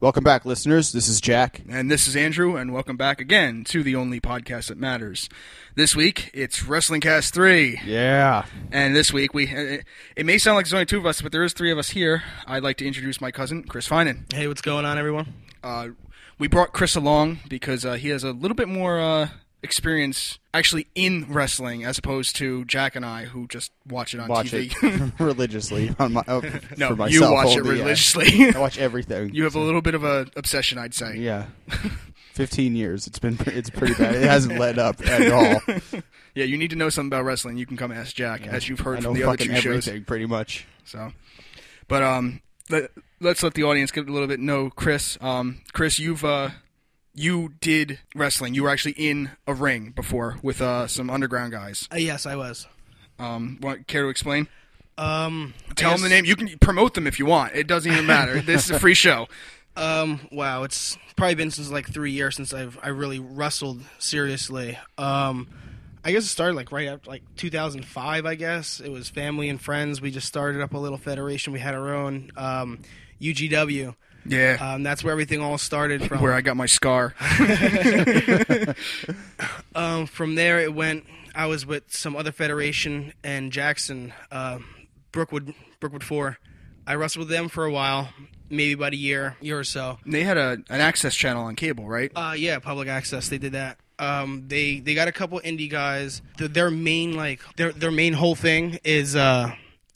Welcome back, listeners. This is Jack. And this is Andrew, and welcome back again to the only podcast that matters. This week, it's Wrestling Cast 3. Yeah. And this week, we it, it may sound like there's only two of us, but there is three of us here. I'd like to introduce my cousin, Chris Finan. Hey, what's going on, everyone? Uh, we brought Chris along because uh, he has a little bit more uh, experience actually in wrestling as opposed to Jack and I, who just watch it on Watch TV. it religiously on my oh, no, for myself. you watch it only, yeah. religiously. I watch everything. you have a little bit of a obsession, I'd say. yeah. 15 years. It's been it's pretty bad. It hasn't let up at all. Yeah, you need to know something about wrestling. You can come ask Jack, as you've I heard know from the other fucking two shows. everything pretty much. So, but um, let, let's let the audience get a little bit know Chris. Um, Chris, you've uh, you did wrestling. You were actually in a ring before with uh some underground guys. Uh, yes, I was. Um, want, care to explain? Um, I Tell them the guess- name. You can promote them if you want. It doesn't even matter. this is a free show. Um, wow, it's probably been since like three years since I've I really wrestled seriously. Um, I guess it started like right after like 2005. I guess it was family and friends. We just started up a little federation. We had our own um, UGW. Yeah, Um, that's where everything all started from. Uh, where I got my scar. um, from there it went. I was with some other federation and Jackson, uh, Brookwood, Brookwood Four. I wrestled with them for a while, maybe about a year, year or so. they had a an access channel on cable, right? Uh, yeah, public access. They did that. Um, they they got a couple indie guys. The, their main like their their main whole thing is uh,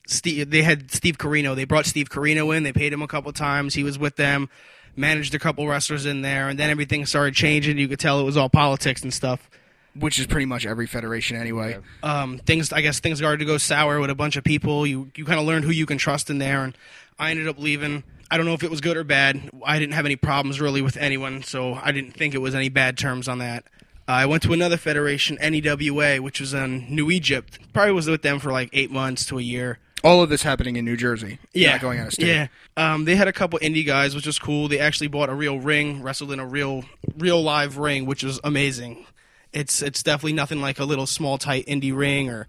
Steve. They had Steve Carino. They brought Steve Carino in. They paid him a couple times. He was with them, managed a couple wrestlers in there, and then everything started changing. You could tell it was all politics and stuff. Which is pretty much every federation anyway. Um, things I guess things started to go sour with a bunch of people. You you kind of learned who you can trust in there, and I ended up leaving. I don't know if it was good or bad. I didn't have any problems really with anyone, so I didn't think it was any bad terms on that. Uh, I went to another federation, NEWA, which was in New Egypt. Probably was with them for like eight months to a year. All of this happening in New Jersey. Yeah, not going out of state. Yeah, um, they had a couple indie guys, which was cool. They actually bought a real ring, wrestled in a real, real live ring, which was amazing. It's it's definitely nothing like a little small tight indie ring or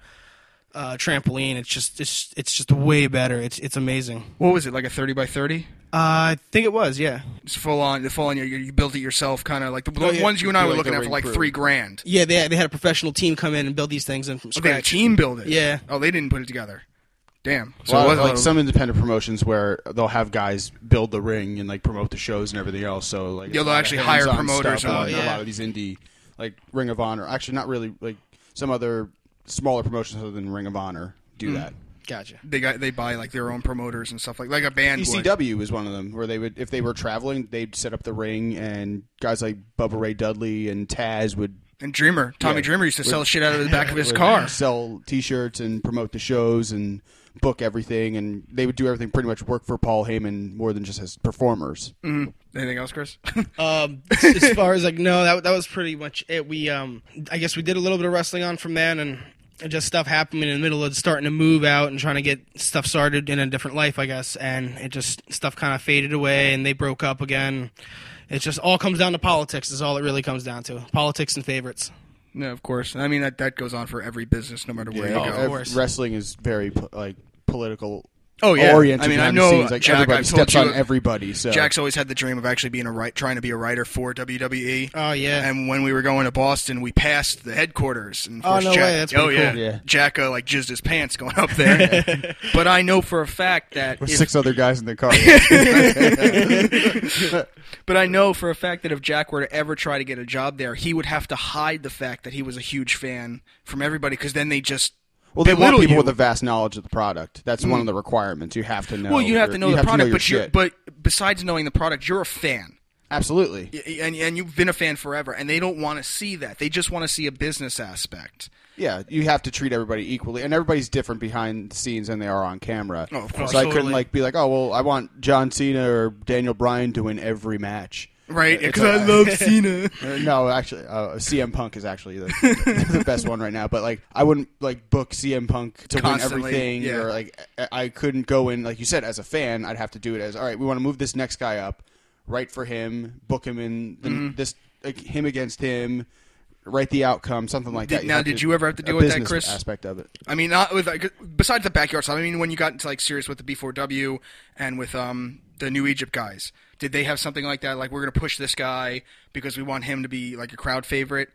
uh, trampoline. It's just it's it's just way better. It's it's amazing. What was it like a thirty by thirty? Uh, I think it was yeah. It's full on, the full on. You, you built it yourself, kind of like the the yeah. ones you and I Do were Oh, like looking the at for ring like crew. three grand. Yeah, they had, they had a professional team come in and build these things in from Oh, They had a scratch. team build it. Yeah. Oh, they didn't put it together. Damn. So Well, it was like some independent promotions where they'll have guys build the ring and like promote the shows and everything else. So like, Yeah, a lot they'll of actually hire hands-on promoters stuff, and like, whatnot. A lot of these indie like Ring of Honor, actually not really like some other smaller promotions other than Ring of Honor do Mm. that. Gotcha. they got they buy like their own promoters and stuff like like a band. would. ECW E is one of them where they would if they were traveling they'd set up the ring and guys like Bubba Ray Dudley and Taz would and Dreamer, Tommy Yeah. Dreamer used to sell shit out of the back of his would car. sell T-shirts and promote the shows and book everything and they would do everything pretty much work for Paul Heyman more than just as performers. Mm-hmm. Anything else, Chris? Uh, Um, as far as like, no, that that was pretty much it. We, um, I guess we did a little bit of wrestling on from then, and just stuff happened in the middle of starting to move out and trying to get stuff started in a different life, I guess. And it just stuff kind of faded away, and they broke up again. It just all comes down to politics. Is all it really comes down to politics and favorites. no, of course. I mean that that goes on for every business, no matter where You know, you go. ev- course. Wrestling is very po- like political. Oh, yeah. oriented I mean, I behind the know, scenes. like Jack, everybody I've told steps you- on everybody. So Jack's always had the dream of actually being a right, trying to be a writer for WWE. Oh, yeah. And when we were going to Boston, we passed the headquarters. And of Oh, course, no Jack, way, that's oh pretty yeah, cool. Yeah. Jack uh, like jizzed his pants going up there. but I know for a fact that with if- six other guys in the car. But I know for a fact that if Jack were to ever try to get a job there, he would have to hide the fact that he was a huge fan from everybody because then they just well, they want belittle people you. Mm-hmm. with a vast knowledge of the product. That's one of the requirements. You have to know. well, you have your- to know you the have product, your but you shit. but besides knowing the product, you're a fan. absolutely. Y- And, and you've been a fan forever, and they don't want to see that. They just want to see a business aspect. Yeah, you have to treat everybody equally, and everybody's different behind the scenes than they are on camera. Oh, of course. So I couldn't Totally. like be like, oh well, I want John Cena or Daniel Bryan to win every match. Right? It's Because I like, love Cena. Uh, no, actually, uh, CM Punk is actually the, the best one right now. But like, I wouldn't like book CM Punk to Constantly, win everything, yeah. or like, I I couldn't go in like you said as a fan. I'd have to do it as all right. We want to move this next guy Mm-hmm. up, write for him, book him in the, this like, him against him. write the outcome, something like Did- that. now, have did to- you ever have to a deal with that, business Chris? Aspect of it. I mean, not with like, besides the backyard stuff. I mean, when you got into like serious with the B4W and with um the New Egypt guys, did they have something like that? Like we're gonna push this guy because we want him to be like a crowd favorite.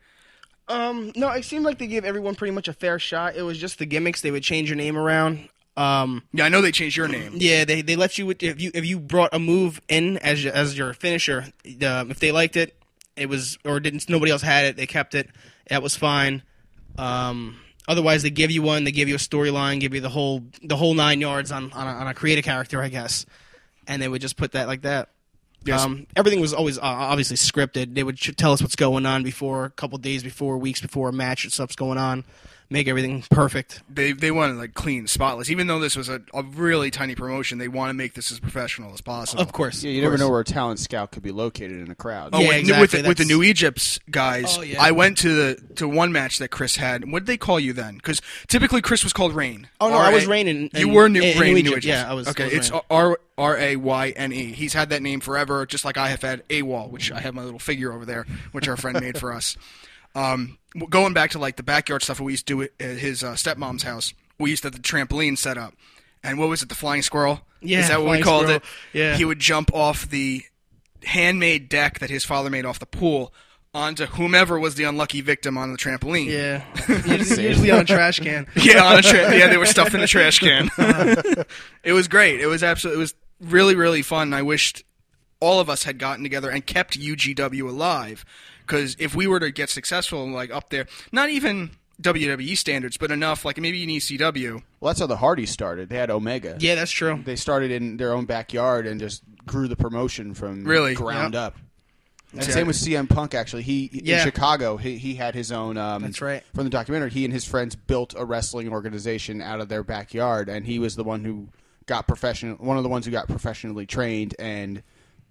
Um, no, it seemed like they gave everyone pretty much a fair shot. It was just the gimmicks; they would change your name around. Um, Yeah, I know they changed your name. yeah, they they let you if you if you brought a move in as your, as your finisher, um, if they liked it, it was or didn't nobody else had it, they kept it. That was fine. Um, otherwise, they give you one, they give you a storyline, give you the whole the whole nine yards on on a, on a creative character, I guess, and they would just put that like that. Yes. Um, everything was always uh, obviously scripted. They would ch- tell us what's going on before, a couple days before, weeks before a match and stuff's going on, make everything perfect. They they wanted like clean, spotless. Even though this was a, a really tiny promotion, they want to make this as professional as possible. Of course. Yeah, you never know where a talent scout could be located in a crowd. Oh, Yeah, with, with, exactly, the, with the that's- New Egypt's guys, Oh, yeah. I went to the to one match that Chris had. What did they call you then? Because typically Chris was called Rain. Oh, no, I was R.A. Rain in- you in- were New in New Rain, New Egypt. Egypt. Yeah, I was- I Okay, was it's Rain. R R A Y N E. He's had that name forever, just like I have had AWOL, which I have my little figure over there, which our friend made for us. Um, w- going back to like the backyard stuff we used to do at at his uh, stepmom's house. We used to have the trampoline set up, and what was it? The flying squirrel. Yeah, is that what we flying called squirrel. it? Yeah. he would jump off the handmade deck that his father made off the pool onto whomever was the unlucky victim on the trampoline. Yeah, usually, usually on a trash can. Yeah, on a tra- yeah, they were stuffed in a trash can. it was great. It was absolutely. It was really, really fun. I wished all of us had gotten together and kept UGW alive. Because if we were to get successful and like up there, not even WWE standards, but enough, like maybe in ECW. Well, that's how the Hardys started. They had Omega. Yeah, that's true. They started in their own backyard and just grew the promotion from Really? ground Yep. up. And same with CM Punk. Actually, he Yeah. in Chicago, he, he had his own. Um, That's right. From the documentary, he and his friends built a wrestling organization out of their backyard, and he was the one who got professional. One of the ones who got professionally trained and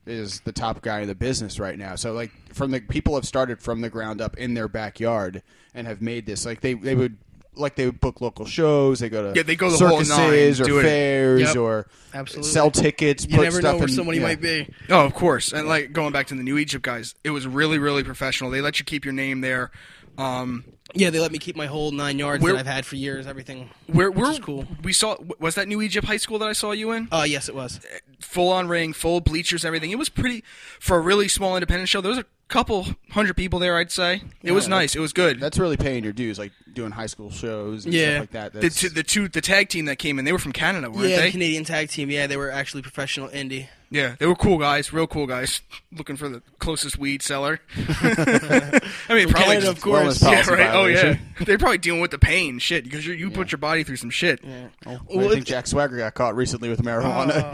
is the top guy in the business right now. So like from the people have started from the ground up in their backyard and have made this. Like they they would like they would book local shows. They go to Yeah, they go the whole nine, circuses do or it. fairs Yep. or Absolutely. sell tickets. You put never stuff know where in- somebody yeah. might be. Oh, of course. And like going back to the New Egypt guys, it was really, really professional. They let you keep your name there. Um, Yeah, they let me keep my whole nine yards Where- that I've had for years. Everything. Where which we're is cool. We saw was that New Egypt High School that I saw you in? Oh yes, it was. Full on ring, full bleachers, everything. It was pretty for a really small independent show. There was a couple hundred people there, I'd say. It was nice. It was good. That's really paying your dues, like doing high school shows and Yeah. stuff like that. the That's, two, the two the tag team that came in, they were from Canada, weren't yeah, the they? Canadian tag team. Yeah, they were actually professional indie. yeah, they were cool guys, real cool guys, looking for the closest weed seller. I mean, probably Canada, just- of course. wellness policy. yeah, right. Oh yeah, violation. they're probably dealing with the pain, shit, because you you put your body through some shit. Oh, Well, I think it- Jack Swagger got caught recently with Oh. marijuana.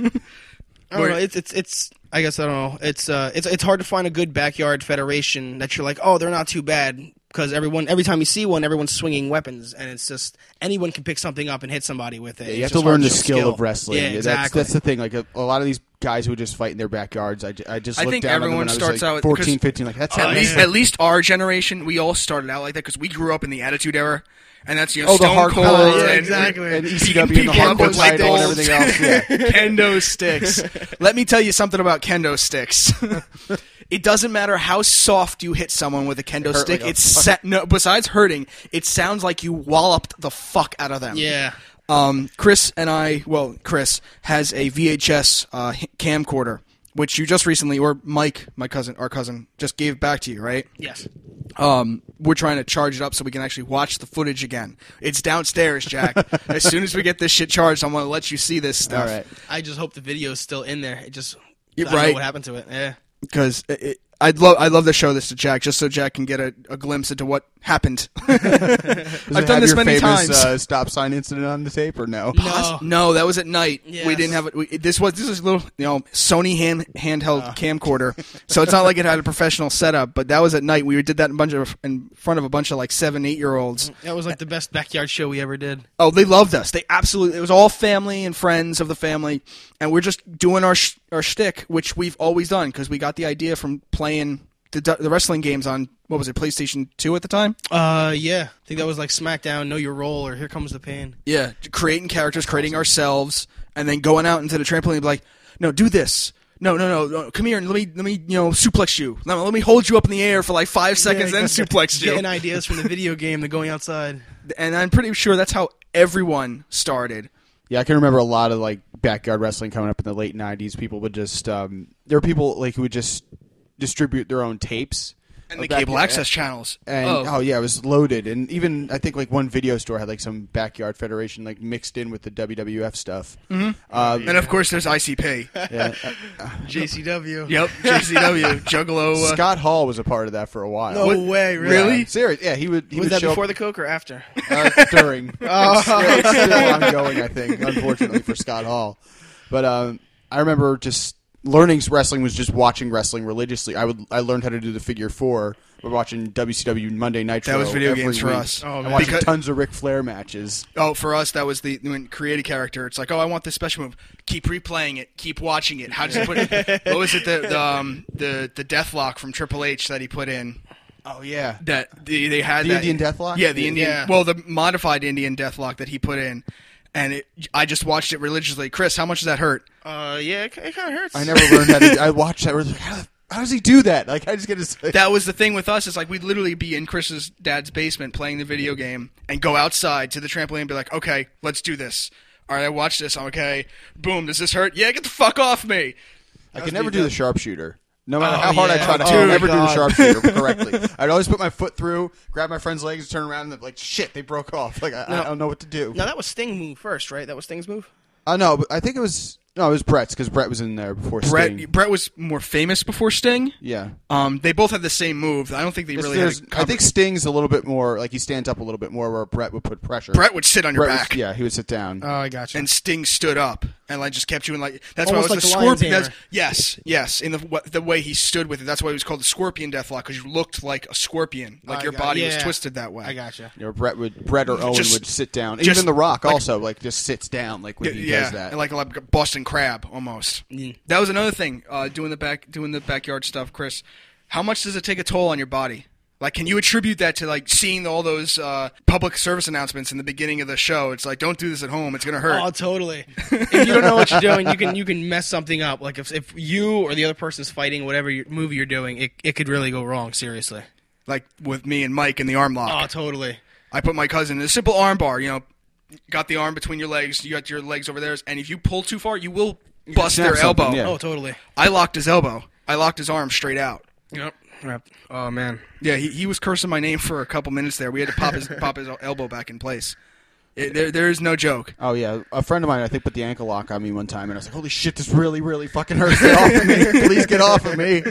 yeah. I don't Where- know. It's it's it's. I guess I don't know. It's uh, it's it's hard to find a good backyard federation that you're like, oh, they're not too bad because everyone every time you see one, everyone's swinging weapons, and it's just anyone can pick something up and hit somebody with it. Yeah, It's you have just to hard learn the show skill, of wrestling. Yeah, That's- exactly. That's, the thing. Like a, a lot of these guys who just fight in their backyards. I, ju- I just I looked think down on them everyone when I was, starts like out- 14, because- Oh, 15. Like that's how at they- least, at least our generation, we all started out like that because we grew up in the Attitude Era, and that's you know Oh, the Stone Cold, hardcore, yeah, and, exactly. and beating ECW and the people up hardcore with light title and bulbs. everything else. Yeah. kendo sticks. Let me tell you something about kendo sticks. it doesn't matter how soft you hit someone with a kendo hurt stick. like a it's sa- no. Besides hurting, it sounds like you walloped the fuck out of them. yeah. Um, Chris and I, well, Chris has a VHS uh, h- camcorder, which you just recently, or Mike, my cousin, our cousin, just gave back to you, right? Yes. um, we're trying to charge it up so we can actually watch the footage again. It's downstairs, Jack. as soon as we get this shit charged, I'm gonna let you see this All stuff. right. I just hope the video is still in there. It just I You're don't know right. what happened to it. Yeah. Because it, it, I'd love I'd love to show this to Jack just so Jack can get a, a glimpse into what happened. Does it I've done have this your many famous, times. Uh, stop sign incident on the tape or no? No. No, that was at night. We Yes. didn't have it. We, this was this is a little you know Sony hand, handheld camcorder, so it's not like it had a professional setup. But that was at night. We did that in a bunch of in front of a bunch of like seven eight year olds. That was like the best backyard show we ever did. Oh, they loved us. They absolutely. It was all family and friends of the family, and we're just doing our sh- our shtick, which we've always done because we got the idea from playing the du- the wrestling games on what was it PlayStation Two at the time. Uh, yeah. I think that was like SmackDown, Know Your Role, or Here Comes the Pain. Yeah, creating characters, creating ourselves, and then going out into the trampoline and be like, no, do this. no, no, no, no, come here and let me, let me, you know, suplex you. No, let me hold you up in the air for like five seconds, then suplex you. Getting ideas from the video game to going outside. and I'm pretty sure that's how everyone started. Yeah, I can remember a lot of like backyard wrestling coming up in the late '90s. People would just um, there were people like who would just distribute their own tapes And of the cable backyard- access channels. And oh, oh. yeah, it was loaded. And even I think like one video store had like some backyard federation like mixed in with the WWF stuff. Mm-hmm. Uh, and of course there's ICP. yeah. JCW. yep, JCW, Juggalo. Uh, Scott Hall was a part of that for a while. No What- way, Yeah, really? serious? Yeah, he would. He Was would that show up- before Oh. the Coke or after? Uh, uh, during. It's still, it's still ongoing, I think, unfortunately for Scott Hall. But um, I remember just learning wrestling was just watching wrestling religiously. I would I learned how to do the figure four. We're watching WCW Monday Nitro. That was video every games for week. us. Oh, I man. watched Because- tons of Ric Flair matches. oh, for us that was the when create a character. It's like, oh, I want this special move. Keep replaying it. Keep watching it. How does he put? it? what was it? The the um, the, the death lock from Triple H that he put in. Oh yeah, that they, they had The that- Indian death lock? Yeah, the Indian. Yeah. Well, the modified Indian death lock that he put in, and it, I just watched it religiously. Chris, how much does that hurt? Uh, yeah, it, it kind of hurts. I never learned how to. I watched that. I was like, how, how does he do that? Like I just get to. That was the thing with us. Is like we'd literally be in Chris's dad's basement playing the video game, and go outside to the trampoline and be like, "Okay, let's do this." All right, I watched this. I'm okay. Boom. Does this hurt? Yeah, get the fuck off me. I could never do the sharpshooter. No matter Oh, how hard I yeah. try to, Oh, I could my never do the God. sharpshooter correctly. I'd always put my foot through, grab my friend's legs, turn around, and they'd be like, shit, they broke off. Like, I, I don't know what to do. Now that was Sting move first, right? That was Sting's move. Uh, no, but I think it was no, it was Brett's because Brett was in there before Brett. Sting. Brett was more famous before Sting. Yeah, Um, they both had the same move. I don't think they really. Had There's- a I com- think Sting's a little bit more like he stands up a little bit more where Brett would put pressure. Brett would sit on your Brett was- back. Uh, yeah, he would sit down. Oh, I got you. and Sting stood up and like just kept you in like that's Almost why it like was the the, lion's scorpion. hammer. That's, yes, yes, in the what, the way he stood with it. That's why he was called the scorpion deathlock because you looked like a scorpion, like I your got- body was yeah. twisted that way. I got you. you know, Brett would Brett or Owen Just- would sit down. just- Even The Rock like- also like just sits down like when he yeah, does that. and like a like a Boston crab almost. Mm. That was another thing. Uh, doing the back doing the backyard stuff, Chris. How much does it take a toll on your body? Like, can you attribute that to like seeing all those uh, public service announcements in the beginning of the show? It's like, don't do this at home; it's gonna hurt. Oh, totally. if you don't know what you're doing, you can you can mess something up. Like if if you or the other person's fighting whatever you movie you're doing, it, it could really go wrong. Seriously. like with me and Mike in the arm lock. Oh, totally. I put my cousin in a simple arm bar, you know, got the arm between your legs, you got your legs over theirs, and if you pull too far, you will bust snap their something, elbow. yeah. Oh, totally. I locked his elbow. I locked his arm straight out. Yep. Yep. Oh man. Yeah, he, he was cursing my name for a couple minutes there. We had to pop his pop his elbow back in place. It- there, there is no joke. Oh yeah, a friend of mine I think put the ankle lock on me one time, and I was like, "Holy shit, this really, really fucking hurts! Get off of me! Please get off of me!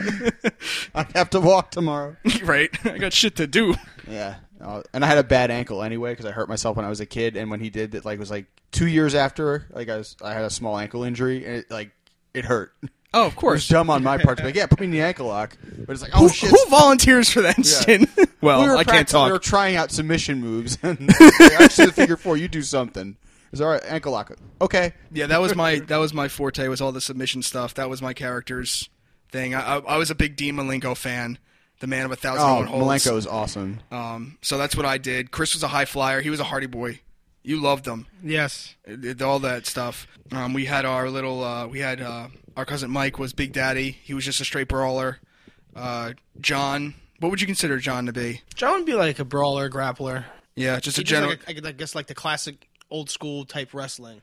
I have to walk tomorrow." right? I got shit to do. Yeah, uh, and I had a bad ankle anyway because I hurt myself when I was a kid, and when he did that, like was like two years after, like I was, I had a small ankle injury, and it like it hurt. Oh, of It was course. dumb on my part to be like, yeah, put me in the ankle lock, but it's like, oh Who, shit. who volunteers for that, Stin? well, We were I can't practi- We were talk. trying out submission moves, and like, I should the figure four. You do something. It's all right, ankle lock. Okay, Yeah, that was my that was my forte was all the submission stuff. That was my character's thing. I, I, I was a big Dean Malenko fan, the man of a thousand Oh, own holes. Malenko is awesome. Um, so that's what I did. Chris was a high flyer. He was a hardy boy. You loved him. Yes. It- it- all that stuff. Um, we had our little. Uh, we had uh, our cousin Mike was Big Daddy. He was just a straight brawler. Uh, John, what would you consider John to be? John would be like a brawler, grappler. Yeah, just a He just general. like a- I could- I guess like the classic old school type wrestling.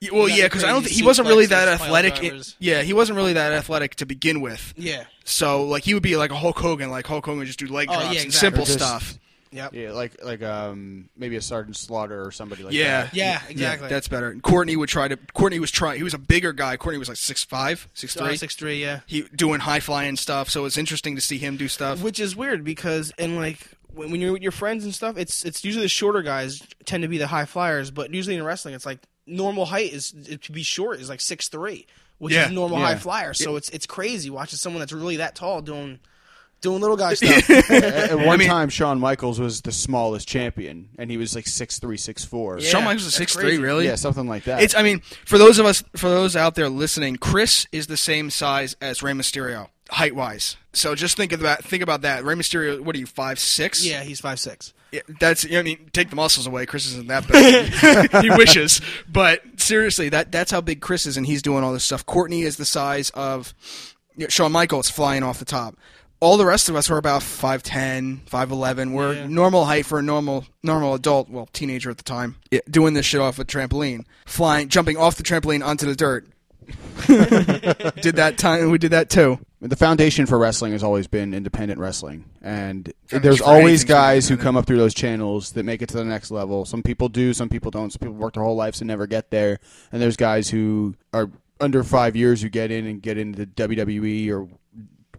Yeah, well, got yeah, the because I don't. crazy think he wasn't really suplexes, that pile athletic. drivers. yeah, he wasn't really that athletic to begin with. Yeah. So like he would be like a Hulk Hogan, like Hulk Hogan would just do leg Oh, drops yeah, and exactly. simple Or just- stuff. Yep. Yeah, like like um maybe a Sergeant Slaughter or somebody like Yeah, that. Yeah, exactly. that's better. And Courtney would try to. Courtney was trying. He was a bigger guy. Courtney was like six five, six three. Uh, Six three. Yeah. he doing high flying stuff. So it's interesting to see him do stuff. which is weird because and like when, when you're with your friends and stuff it's it's usually the shorter guys tend to be the high flyers but usually in wrestling it's like normal height is it, to be short is like six three which Yeah, is normal yeah. high flyer so it's it's crazy watching someone that's really that tall doing doing little guy stuff At at one mean- time, Shawn Michaels was the smallest champion, and he was like six three, six four. Yeah. Shawn Michaels is that's six three, crazy. really. yeah, something like that. It's. I mean, for those of us, for those out there listening, Chris is the same size as Rey Mysterio height wise. So just think about think about that. Rey Mysterio, what are you five six? yeah he's five six Yeah, that's I mean, take the muscles away. Chris isn't that big. he wishes, but seriously, that that's how big Chris is, and he's doing all this stuff. Courtney is the size of you know, Shawn Michaels, flying off the top. All the rest of us are about 5'10", 5'11". We're Yeah. normal height for a normal normal adult, well, teenager at the time, yeah, doing this shit off a trampoline, flying, jumping off the trampoline onto the dirt. did that time? We did that too. the foundation for wrestling has always been independent wrestling, and Foundation there's for always anything's been guys who independent. come up through those channels that make it to the next level. Some people do, some people don't. Some people work their whole lives and never get there, and there's guys who are under five years who get in and get into WWE E or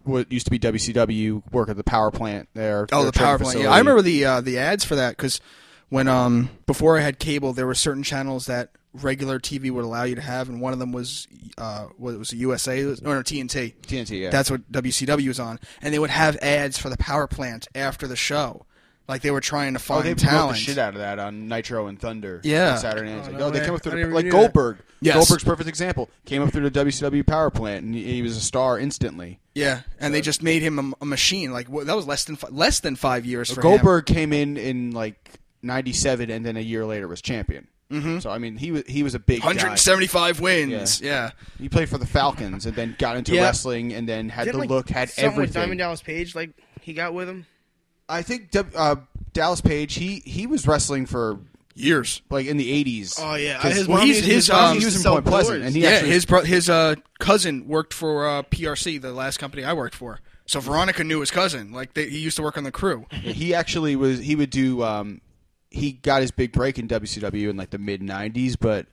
what used to be WCW, work at the power plant there. Oh, their the training power plant. Yeah, facility. I remember the uh, the ads for that because when um before I had cable, there were certain channels that regular TV would allow you to have, and one of them was uh what was it, USA or no, TNT. TNT. Yeah, That's what WCW was on, and they would have ads for the power plant after the show, like they were trying to Oh, find they promote talent. the shit out of that on Nitro and Thunder. Yeah. on Saturday nights. Oh, Like, no oh, they way. came up I through the, didn't even like do that. Goldberg. Yes. Goldberg's a perfect example. Came up through the WCW power plant, and he he was a star instantly. yeah, and they just made him a, a machine. Like wha- that was less than fi- less than five years for him. Goldberg came in in like '97, and then a year later was champion. Mm-hmm. So I mean, he was he was a big guy. 175 wins. yeah. He played for the Falcons, and then got into Yeah. wrestling, and then had Didn't, the like, look, had something with everything. Diamond Dallas Page, like he got with him. I think W- uh, Dallas Page. He he was wrestling for years. like in the '80s. Oh, yeah. 'Cause- His well, mom he- used to his sell mom doors. used in Point Pleasant, and he yeah, actually his bro- his uh, cousin worked for uh, PRC, the last company I worked for. So Veronica knew his cousin. Like they, he used to work on the crew. he actually was he would do um he got his big break in WCW in like the mid 90s but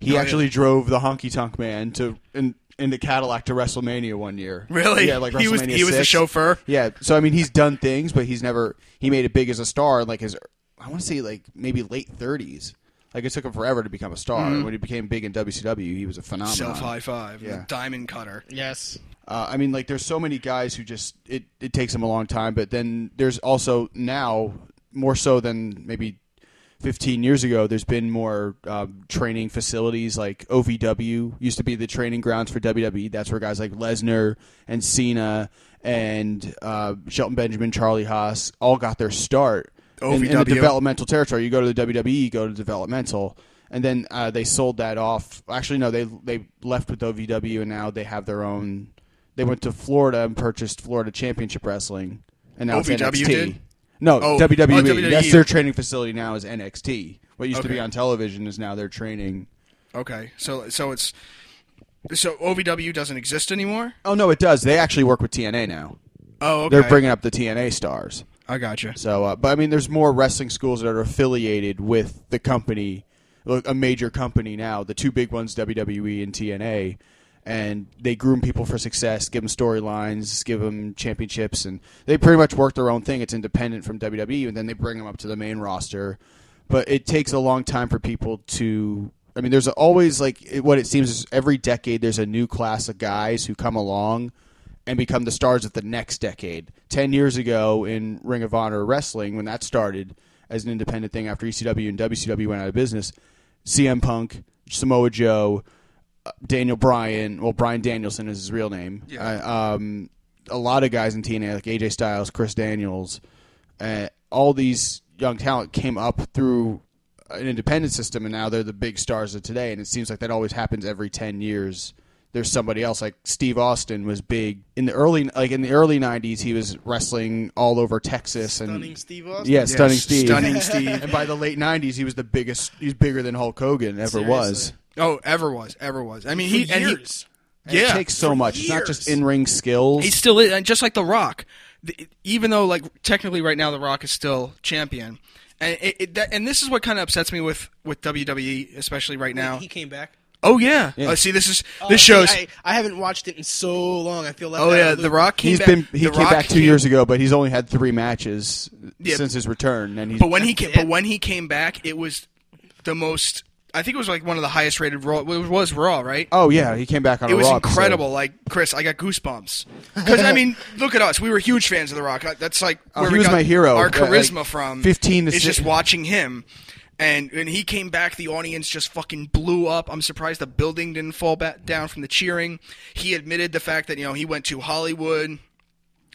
he Oh, actually drove the honky tonk man to in in the Cadillac to WrestleMania one year. Really? Yeah, like WrestleMania He was- he was the 6. chauffeur? Yeah, so I mean he's done things but he's never he made it big as a star like his I want to say like maybe late 30s. Like it took him forever to become a star. Mm-hmm. And when he became big in WCW, he was a phenomenon. Self high five, Yeah. the diamond cutter. Yes. Uh, I mean, like there's so many guys who just it, it takes them a long time, but then there's also now more so than maybe 15 years ago. There's been more um, training facilities like OVW used to be the training grounds for WWE. That's where guys like Lesnar and Cena and uh, Shelton Benjamin, Charlie Haas all got their start in, in the OVW. developmental territory. You go to the WWE, you go to developmental, and then uh, they sold that off. Actually, no, they they left with OVW, and now they have their own. They went to Florida and purchased Florida Championship Wrestling, and now it's OVW NXT. did? No, Oh, WWE. oh, WWE. That's their training facility now is NXT. What used to be Okay. on television is now their training. Okay, so so it's so OVW doesn't exist anymore. Oh no, it does. They actually work with TNA now. Oh, okay. They're bringing up the TNA stars. I gotcha. So, uh, but I mean, there's more wrestling schools that are affiliated with the company, like, a major company now. The two big ones, WWE and TNA, and they groom people for success, give them storylines, give them championships, and they pretty much work their own thing. It's independent from WWE, and then they bring them up to the main roster. But it takes a long time for people to. I mean, there's always like it- what it seems is every decade there's a new class of guys who come along and become the stars of the next decade. Ten years ago in Ring of Honor Wrestling, when that started as an independent thing after ECW and WCW went out of business, CM Punk, Samoa Joe, uh, Daniel Bryan, well, Brian Danielson is his real name. Uh, um, a lot of guys in TNA, like AJ Styles, Chris Daniels, uh, all these young talent came up through an independent system, and now they're the big stars of today. And it seems like that always happens every ten years. There's somebody else like Steve Austin was big in the early like in the early '90s. He was wrestling all over Texas Stunning and Steve Austin. yeah, stunning Yes, Steve. Stunning Steve. And by the late '90s, he was the biggest. He's bigger than Hulk Hogan ever was. Seriously. oh, ever was, ever was. I mean, he For and he years. And Yeah, it takes so much. It's not just years. in ring skills. He still is, and just like The Rock, the, even though like technically right now The Rock is still champion, and it, it, that, and this is what kind of upsets me with with WWE, especially right now. He came back. oh yeah, Oh, see this is this Oh, shows. see, I, I haven't watched it in so long. I feel like oh yeah, The Rock came He's back. been he The came Rock back two years ago, but he's only had three matches Yeah. since his return, and he's But when he came, but when he came back, it was the most. I think it was like one of the highest rated Raw. It was Raw, right? oh yeah, he came back on It a was Raw episode. incredible. Like Chris, I got goosebumps because I mean, look at us. We were huge fans of The Rock. That's like where he we was got my hero. Our Uh, charisma like, from 15 to is six- just watching him, and when he came back, the audience just fucking blew up. I'm surprised the building didn't fall back down from the cheering. He admitted the fact that you know he went to Hollywood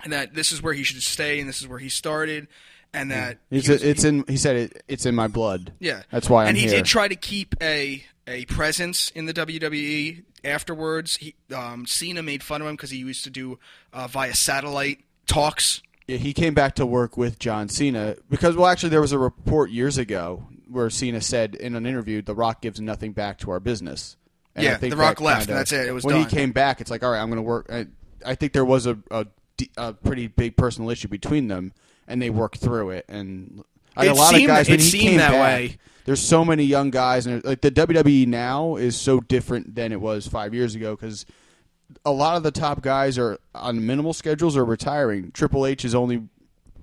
and that this is where he should stay and this is where he started. and that It's he was- it's in. He said it, it's in my blood. yeah, that's why I'm and he here. did try to keep a a presence in the WWE afterwards. He, um, Cena made fun of him because he used to do uh, via satellite talks. Yeah, he came back to work with John Cena because, well, actually, there was a report years ago where Cena said in an interview, "The Rock gives nothing back to our business." And Yeah, The Rock that left, and that's it. It was when done. he came back. It's like, all right, I'm going to work. I, I think there was a, a d- a pretty big personal issue between them, and they worked through it. And like, It a lot seemed- of guys, when it he seemed came that back, way. There's so many young guys, and like the WWE now is so different than it was five years ago because a lot of the top guys are on minimal schedules or retiring. Triple H is only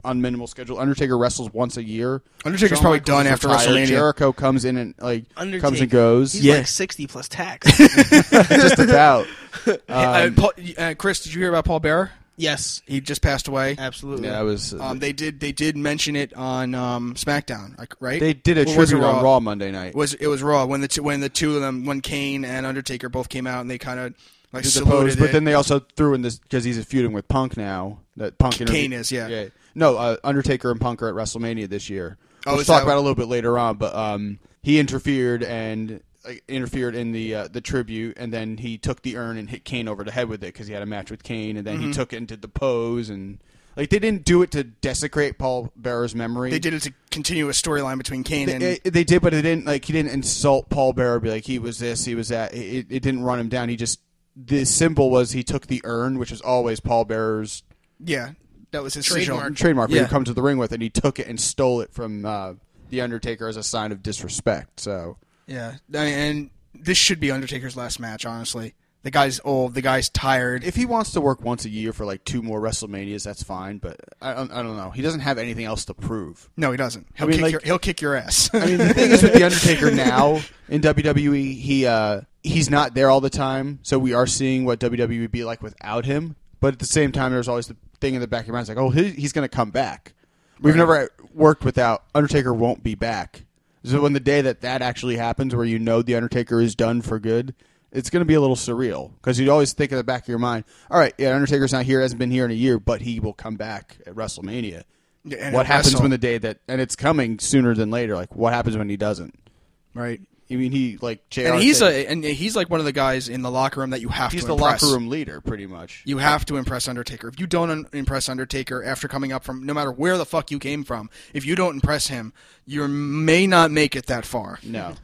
on minimal schedule. Undertaker wrestles once a year. Undertaker's Shawn probably Michaels done is after retired. WrestleMania. Jericho comes in and like Undertaker. comes and goes. He's Yeah, like sixty plus tax. just about. Uh, Um, Paul, uh, Chris, did you hear about Paul Bearer? yes, He just passed away. absolutely. Yeah, I was. Um, they did they did mention it on um, SmackDown, like, right? they did a Or was it tribute on Raw Monday night. Was it was Raw when the two, when the two of them when Kane and Undertaker both came out and they kind of like did the saluted pose, but it. then they also threw in this because he's feuding with Punk now. That Punk interview- Kane is, yeah. No, uh, Undertaker and Punk are at WrestleMania this year. Oh, We'll is talk that- about it a little bit later on, but um, he interfered and like, interfered in the uh, the tribute, and then he took the urn and hit Kane over the head with it because he had a match with Kane, and then Mm-hmm. he took it and did the pose and. Like they didn't do it to desecrate Paul Bearer's memory. they did it to continue a storyline between Kane and They, they did, but it didn't like he didn't insult Paul Bearer. Be like he was this, he was that. It, it didn't run him down. He just the symbol was he took the urn, which was always Paul Bearer's yeah, that was his Trademark. sigil. trademark. But Yeah. he comes to the ring with, and he took it and stole it from uh, the Undertaker as a sign of disrespect. So Yeah, I- and this should be Undertaker's last match. Honestly, the guy's old. The guy's tired. if he wants to work once a year for like two more WrestleManias, that's fine. But I, I don't know. He doesn't have anything else to prove. no, he doesn't. He'll mean, kick like- your, he'll kick your ass. I mean, the thing is with the Undertaker now in WWE, he uh, he's not there all the time, so we are seeing what WWE would be like without him. But at the same time, there's always the thing in the back of your mind, it's like, oh, he, he's going to come back. We've never worked without Undertaker. Won't be back. So when the day that that actually happens, where you know the Undertaker is done for good, it's going to be a little surreal because you always think in the back of your mind, all right, yeah, Undertaker's not here, hasn't been here in a year, but he will come back at WrestleMania Yeah, and what he'll happens wrestle. when the day that and it's coming sooner than later like what happens when he doesn't right? i mean he like JR And he's said, a and he's like one of the guys in the locker room that you have he's to the impress. locker room leader pretty much You have to impress Undertaker. If you don't un- impress Undertaker after coming up from no matter where the fuck you came from, if you don't impress him, you may not make it that far. no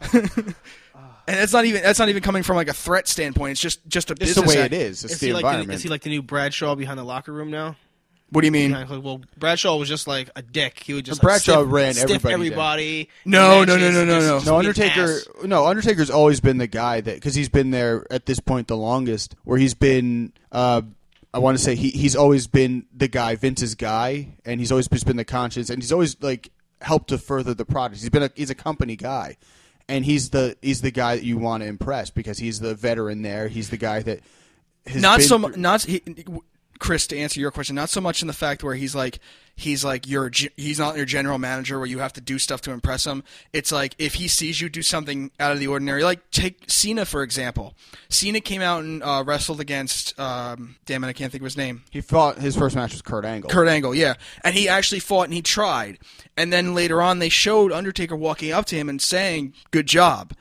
And that's not even that's not even coming from like a threat standpoint. It's just just a it's the business way act. it is it's Is the he, like environment the, is he like the new Bradshaw behind the locker room now? What do you mean? Kind of like, well, Bradshaw was just like a dick. He would just But like, Bradshaw stiff, ran stiff everybody everybody. No, in no, no, no, matches, no, just- no. just no be an undertaker ass. no undertaker's always been the guy that because he's been there at this point the longest where he's been uh i want to say he, he's always been the guy vince's guy and he's always just been the conscience and he's always like helped to further the product he's been a he's a company guy and he's the he's the guy that you want to impress because he's the veteran there he's the guy that has not been so through- much not he, Chris to answer your question, not so much in the fact where he's like he's like your g- he's not your general manager where you have to do stuff to impress him. It's like if he sees you do something out of the ordinary, like take Cena for example. Cena came out and uh, wrestled against um, damn it, I can't think of his name. he fought his first match was kurt angle Kurt Angle, yeah. And he actually fought and he tried. And then later on, they showed Undertaker walking up to him and saying, Good job.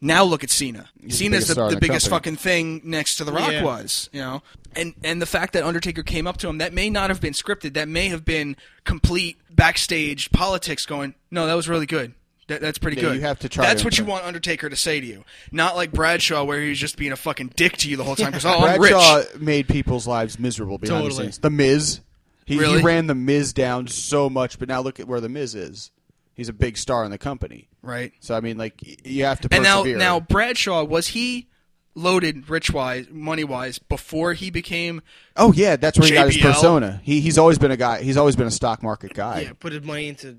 Now look at Cena. Cena's biggest the, star in the, the biggest company. fucking thing next to The Rock Yeah. was, you know. And and the fact that Undertaker came up to him, that may not have been scripted. That may have been complete backstage politics. Going, no, that was really good. That, that's pretty Yeah, good. you have to try That's to what you impress. want Undertaker to say to you, not like Bradshaw, where he's just being a fucking dick to you the whole time. Because oh, I'm rich. Bradshaw made people's lives miserable behind the Totally. scenes. The Miz, he, Really? he ran the Miz down so much, but now look at where the Miz is. He's a big star in the company, Right. So I mean, like y- you have to And now, persevere. now Bradshaw was he loaded rich wise, money wise before he became? oh yeah, that's where he got his JBL. persona. He he's always been a guy. He's always been a stock market guy. Yeah, put his money into.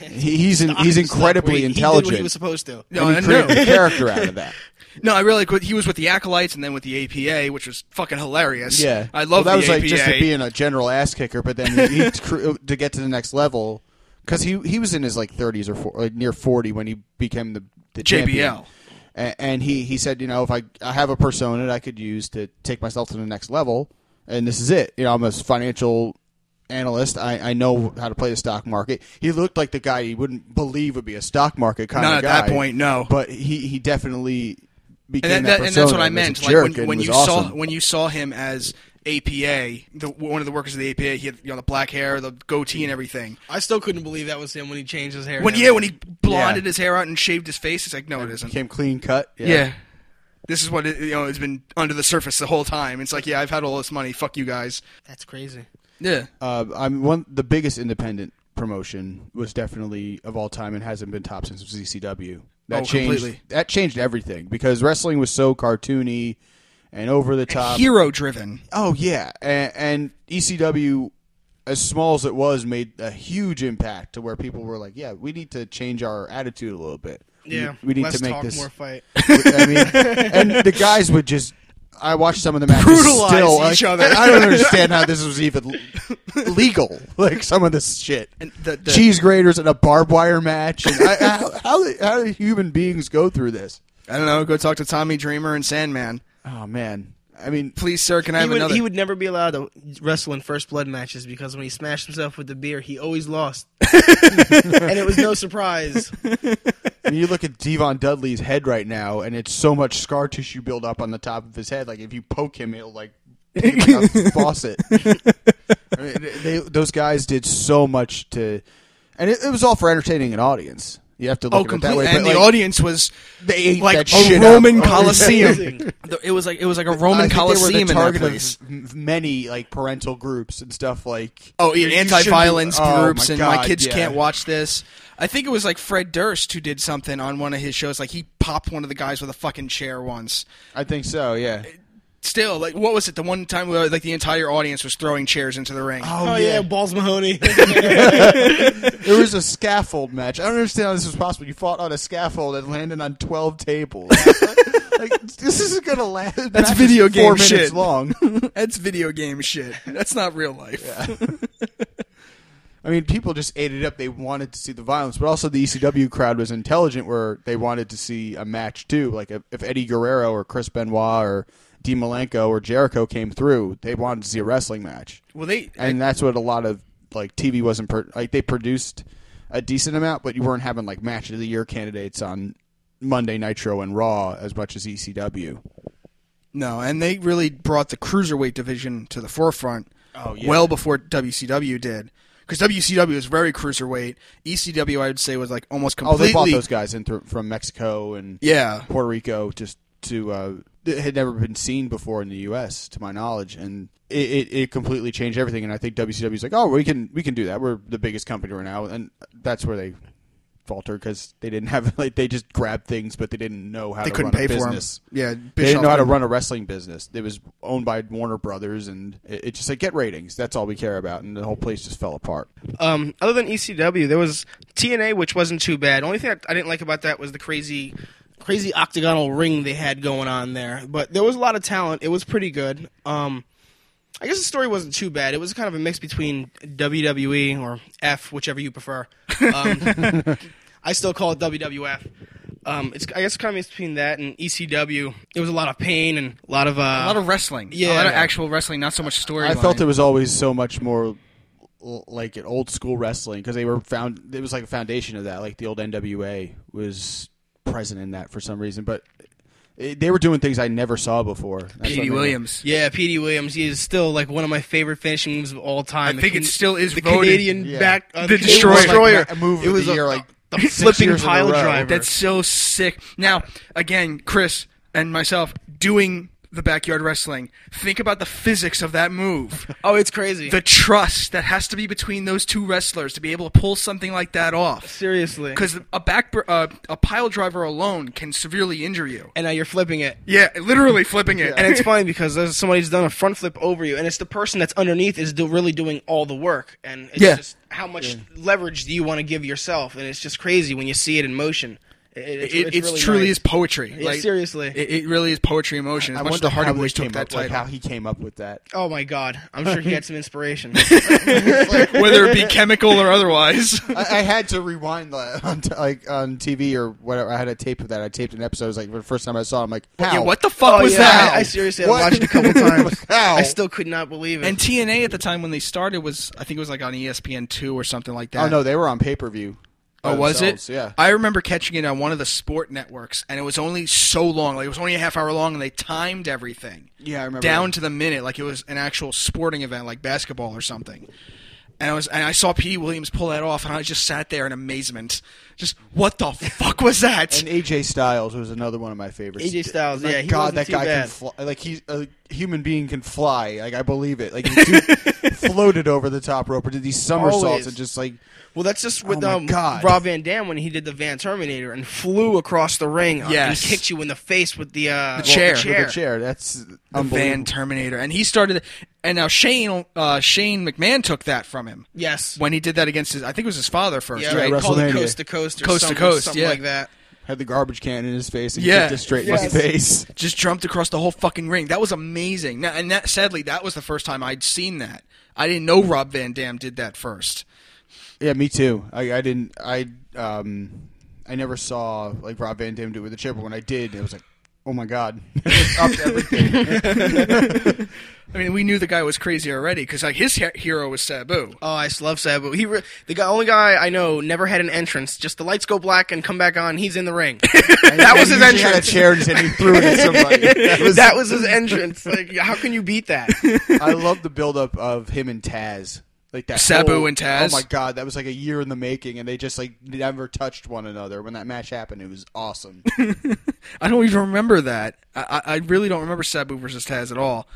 He, he's in, stock he's and stuff. incredibly He- He did intelligent. what he was supposed to. No, and I he created know. a character out of that. No, I really he was with the acolytes and then with the APA, which was fucking hilarious. Yeah, I well, love that the was APA. like just to being a general ass kicker, but then he, he cr- to get to the next level because he he was in his like 30s or four, like near 40 when he became the, the JBL. champion. And, and he he said, you know, if I I have a persona that I could use to take myself to the next level, and this is it. You know, I'm a financial analyst. I, I know how to play the stock market. He looked like the guy you wouldn't believe would be a stock market kind of Not at guy. that point, no. But he, he definitely became and, that, that- and that's persona what I and was a meant. jerk Like when, and when was you saw awesome. when you saw him as APA, the, one of the workers of the APA, he had you know, the black hair, the goatee, and everything. I still couldn't believe that was him when he changed his hair. When and yeah, when everything. he blonded Yeah. his hair out and shaved his face, it's like no, it isn't. became clean cut. Yeah. This is what it, you know. It's been under the surface the whole time. It's like, yeah, I've had all this money. Fuck you guys. that's crazy. Yeah. Uh, I'm one. The biggest independent promotion was definitely of all time and hasn't been top since ZCW. That Oh, changed. completely. That changed everything because wrestling was so cartoony and over the top. Hero driven. Oh yeah, and, and ECW, as small as it was, made a huge impact to where people were like, "Yeah, we need to change our attitude a little bit. We- Yeah, we, need less to make talk, this." more fight. I mean, and the guys would just. I watched some of the matches Brutalize still. each like, other. I don't understand how this was even legal. Like some of this shit, And the- the- cheese graters and a barbed wire match. And I, how, how how do human beings go through this? I don't know. Go talk to Tommy Dreamer and Sandman. Oh man, I mean, Please, sir, can I He have would, another? he would never be allowed to wrestle in first blood matches because when he smashed himself with the beer, he always lost, and it was no surprise. Oh, I mean, you look at Devon Dudley's head right now, and it's so much scar tissue build up on the top of his head. Like if you poke him, it'll like peek out the faucet. I mean, they, those guys did so much to, and it, it was all for entertaining an audience. You have to look oh, at it that completely. way. And but, the like, audience was they ate like that a shit up. Roman Oh, yeah. Colosseum. amazing. The- it was like it was like a I Roman think they were the Colosseum in that target of place. m- many like parental groups and stuff like. Oh, yeah, You shouldn't- anti-violence oh, my groups, and my God, kids yeah. can't watch this. I think it was like Fred Durst who did something on one of his shows. Like he popped one of the guys with a fucking chair once. I think so. Yeah. Still, like what was it? The one time where like the entire audience was throwing chairs into the ring. Oh, yeah. Balls Mahoney. There was a scaffold match. I don't understand how this was possible. You fought on a scaffold and landed on twelve tables. like this isn't gonna last. That's video four game minutes shit. long. That's video game shit. That's not real life. I mean, people just ate it up. They wanted to see the violence, but also the ECW crowd was intelligent, where they wanted to see a match too. Like if, if Eddie Guerrero or Chris Benoit or Dean Malenko or Jericho came through, they wanted to see a wrestling match. Well, they and that's what a lot of like TV wasn't pro- like they produced a decent amount, but you weren't having like match of the year candidates on Monday Nitro and Raw as much as E ECW. no, and they really brought the cruiserweight division to the forefront. Oh, yeah. well before WCW did. Because WCW was very cruiserweight. ECW, I would say, was like almost Oh, completely. they bought those guys in through from Mexico and Yeah, Puerto Rico just to uh, it had never been seen before in the U.S. to my knowledge, and it, it, it completely changed everything. And I think WCW's like, oh, we can we can do that. We're the biggest company right now, and that's where they faltered because they didn't have like they just grabbed things, but they didn't know how they to couldn't run pay a for them. business. Yeah, they didn't know how to Bischoff- run a wrestling business. It was owned by Warner Brothers, and it, it just said get ratings. That's all we care about, and the whole place just fell apart. um, other than ECW, there was TNA, which wasn't too bad. Only thing I, I didn't like about that was the crazy, crazy octagonal ring they had going on there. But there was a lot of talent. It was pretty good. Um, I guess the story wasn't too bad. It was kind of a mix between WWE or F, whichever you prefer. Um, I still call it WWF. Um, it's I guess kind of mixed between that and ECW. It was a lot of pain and a lot of uh, a lot of wrestling. a Yeah. lot of actual wrestling, not so much story. I felt it was always so much more l- like an old school wrestling because they were found. It was like a foundation of that. Like the old NWA was present in that for some reason, but it, they were doing things I never saw before. That's what I Petey remember. Williams. Yeah, P.D. Williams. He is still like one of my favorite finishing moves of all time. I think The it still is the voted. Canadian Yeah. back uh, The Canadian Destroyer. Like, a move of It was the a- year, like, the six flipping years in a pile row. driver. That's so sick. Now, again, Chris and myself doing the backyard wrestling. Think about the physics of that move. oh, it's crazy. the trust that has to be between those two wrestlers to be able to pull something like that off. Seriously, Because a back br- uh, a pile driver alone can severely injure you. and now you're flipping it. Yeah, literally flipping it. And it's funny because there's somebody's done a front flip over you, and it's the person that's underneath is do, really doing all the work, and it's Yeah. just how much leverage do you want to give yourself, and it's just crazy when you see it in motion. It, it truly nice. is poetry. Yeah, like, seriously. It, it really is poetry in motion. As I much as wonder the Hardy how they Boys took came that up, like title. how he came up with that. oh my god, I'm sure he had some inspiration. whether it be chemical or otherwise. I, I had to rewind the, on t- like on TV or whatever. I had a tape of that. I taped an episode. It was like the first time I saw. it, I'm like, how? Yeah, what the fuck Oh, was yeah, that? I, I seriously, I What? watched it a couple times. How? I still could not believe it. and TNA at the time when they started was I think it was like on E ESPN two or something like that. Oh no, they were on pay per view. Oh, was it? Yeah. I remember catching it on one of the sport networks, and it was only so long. Like it was only a half hour long, and they timed everything yeah, I remember. down to the minute, like it was an actual sporting event, like basketball or something. And I was, and I saw P. Williams pull that off, and I just sat there in amazement, just what the fuck was that? And AJ Styles was another one of my favorites. AJ Styles, Thank yeah, he God, wasn't that too guy can bad. fly. Like he's a human being can fly. Like I believe it. Like he do- floated over the top rope or did these somersaults Always. and just like Well, that's just with Oh, my um, God. Rob Van Dam when he did the Van Terminator and flew across the ring. uh, Yes. and kicked you in the face with the, uh, The chair. with a chair. That's unbelievable. Van Terminator, and he started, and now Shane, uh, Shane McMahon took that from him Yes. when he did that against his, I think it was his father first, yeah, right? they called it WrestleMania. coast to coast or Coast to something, coast, something yeah. like that. Had the garbage can in his face and Yeah. kicked it straight in Yes. his face. just jumped across the whole fucking ring. That was amazing. Now, and that sadly, that was the first time I'd seen that. I didn't know Rob Van Dam did that first. Yeah, me too. I, I didn't. I um, I never saw like Rob Van Dam do it with a chair, but when I did, it was like, oh my god, It upped everything. I mean, we knew the guy was crazy already because like his he- hero was Sabu. Oh, I s- love Sabu. He re- the guy, only guy I know never had an entrance. Just the lights go black and come back on. He's in the ring. that was his He usually Had a entrance. chair and he threw it at somebody. That was, that was his entrance. Like, how can you beat that? I love the buildup of him and Taz. Like that Sabu whole- and Taz? Oh my god, that was like a year in the making, and they just like never touched one another. When that match happened, it was awesome. I don't even remember that. I, I I really don't remember Sabu versus Taz at all.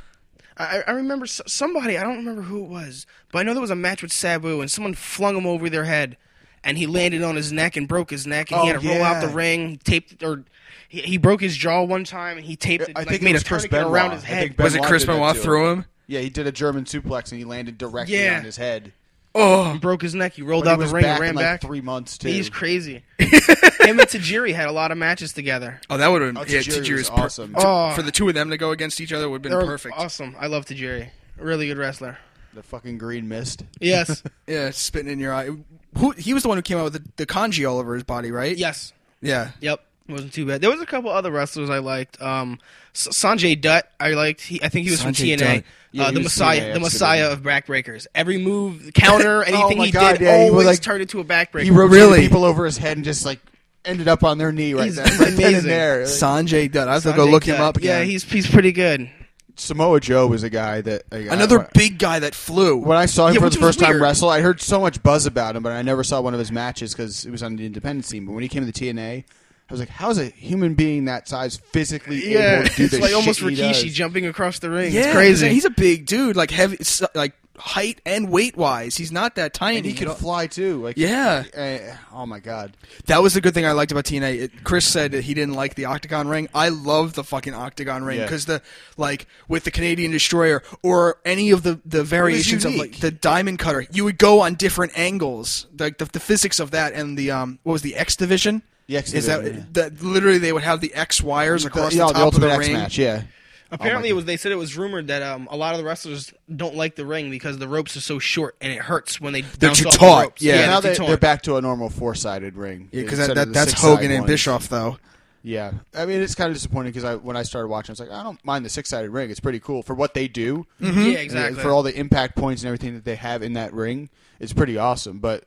I, I remember s- somebody. I don't remember who it was, but I know there was a match with Sabu, and someone flung him over their head, and he landed on his neck and broke his neck, and he Oh, had to roll out the yeah. ring, taped or he, he broke his jaw one time, and he taped it. I like, think it made was a Chris tourniquet around Benoit. his I head. think Was it Benoit Chris did that Benoit to threw him? yeah, he did a German suplex and he landed directly Yeah. on his head. Oh, broke his neck. He rolled But he out the was ring back and ran in, like, back. three months too. He's crazy. Him and Tajiri had a lot of matches together. oh, that would have been Oh, yeah. Tajiri was Tajiri's awesome. Oh. for the two of them to go against each other would have They're been perfect. awesome. I love Tajiri. Really good wrestler. the fucking green mist. Yes. Yeah, spitting in your eye. Who he was the one who came out with the, the kanji all over his body, right? yes. yeah. Yep, wasn't too bad. There was a couple other wrestlers I liked. Um, S- Sanjay Dutt, I liked. He, I think he was from Sanjay TNA. Dutt. Yeah, uh, he the was Messiah, TNA, the Messiah of backbreakers. Every move, counter, anything my he God, did, yeah, he was always like- turned into a backbreaker. He rotated Really? people over his head and just like ended up on their knee right, He's then, right then and amazing. there. Like, Sanjay Dutt. I have to go Sanjay look him Dutt. up. Again. Yeah, he's he's pretty good. Samoa Joe was a guy that like, I- another when- big guy that flew. When I saw him Yeah, for which the was first time weird. wrestle, I heard so much buzz about him, but I never saw one of his matches because it was on the independent scene. But when he came to the TNA, I was like, "How is a human being that size physically Yeah, able to do it's this?" like shit almost he Rikishi does? jumping across the ring. Yeah, it's crazy. He's a big dude, like heavy, s- like height and weight wise. He's not that tiny. and he you can know? fly too. Like, Yeah. eh, oh my god, That was the good thing I liked about TNA. It, Chris said that he didn't like the octagon ring. I love the fucking octagon ring Yeah. because the like with the Canadian Destroyer or any of the the variations of unique. like the Diamond Cutter, you would go on different angles. Like the, the physics of that and the um what was the X division. The X Is division, that, that literally they would have the X wires across the, yeah, top of Ultimate the X ring. match, yeah. Apparently, it was. They said it was rumored that um, a lot of the wrestlers don't like the ring because the ropes are so short and it hurts when they they're too taut, yeah. now they're they, too taut. they're back to a normal four-sided ring. Yeah, because instead that, of that, the that's six-sided Hogan and ones. Bischoff though. Yeah, I mean it's kind of disappointing because I when I started watching, I was like, I don't mind the six-sided ring. It's pretty cool for what they do. Mm-hmm. Yeah, And exactly. For all the impact points and everything that they have in that ring, it's pretty awesome. But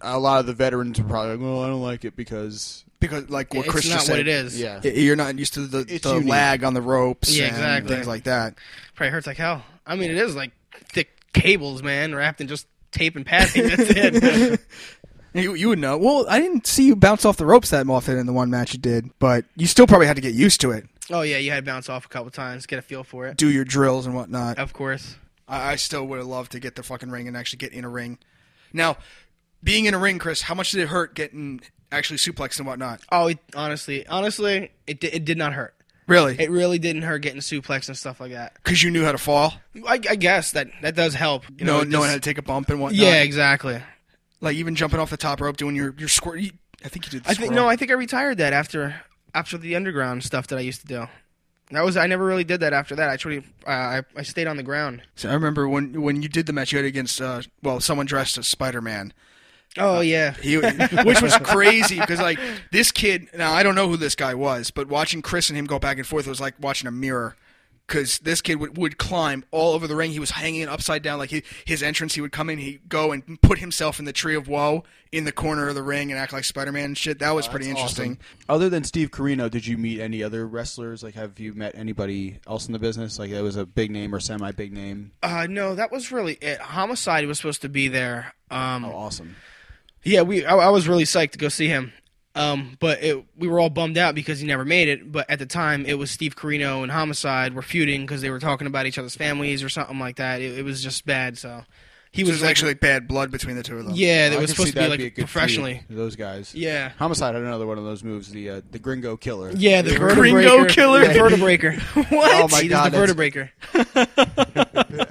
a lot of the veterans are probably like, well, I don't like it because because like what it's Chris not just what said, it is. yeah, y- You're not used to the, It's the unique. lag on the ropes, Yeah, and exactly. things like that. Probably hurts like hell. I mean, it is like thick cables, man, wrapped in just tape and padding. That's it. You, you would know. Well, I didn't see you bounce off the ropes that often in the one match you did, but you still probably had to get used to it, oh yeah, you had to bounce off a couple times, get a feel for it. do your drills and whatnot. Of course. I, I still would have loved to get the fucking ring and actually get in a ring. Now, being in a ring, Chris, how much did it hurt getting actually suplexed and whatnot? Oh, it, honestly, honestly, it di- it did not hurt. Really? It really didn't hurt getting suplex and stuff like that. Because you knew how to fall. I, I guess that that does help. You No, know, knowing just- how to take a bump and whatnot. yeah, exactly. like even jumping off the top rope, doing your your squirt. You, I think you did. The I think squirrel. no, I think I retired that after after the underground stuff that I used to do. That was I never really did that after that. I truly uh, I I stayed on the ground. So I remember when when you did the match you had against uh, well someone dressed as Spider Man. Uh, Oh yeah, He, which was crazy because like this kid. Now I don't know who this guy was, but watching Chris and him go back and forth was like watching a mirror. Because this kid would, would climb all over the ring. He was hanging upside down. Like he, his entrance, he would come in, he'd go and put himself in the tree of woe in the corner of the ring and act like Spider Man and shit. That was pretty interesting. Other than Steve Carino, did you meet any other wrestlers? Like, have you met anybody else in the business? Like, that was a big name or semi big name? uh, no, that was really it. Homicide was supposed to be there. Um, Oh, awesome. Yeah, we I, I was really psyched to go see him. Um, but it, we were all bummed out because he never made it. But at the time, it was Steve Carino and Homicide were feuding because they were talking about each other's families or something like that. It, it was just bad. So he It was was like, actually bad blood between the two of them. yeah, I that was can supposed see to be that'd like a good feud, professionally. those guys. Yeah, Homicide had another one of those moves, the uh, the Gringo Killer. yeah, the Gringo vertebraker, killer? the vertebraker. what? Oh my he God, does that's- the vertebraker.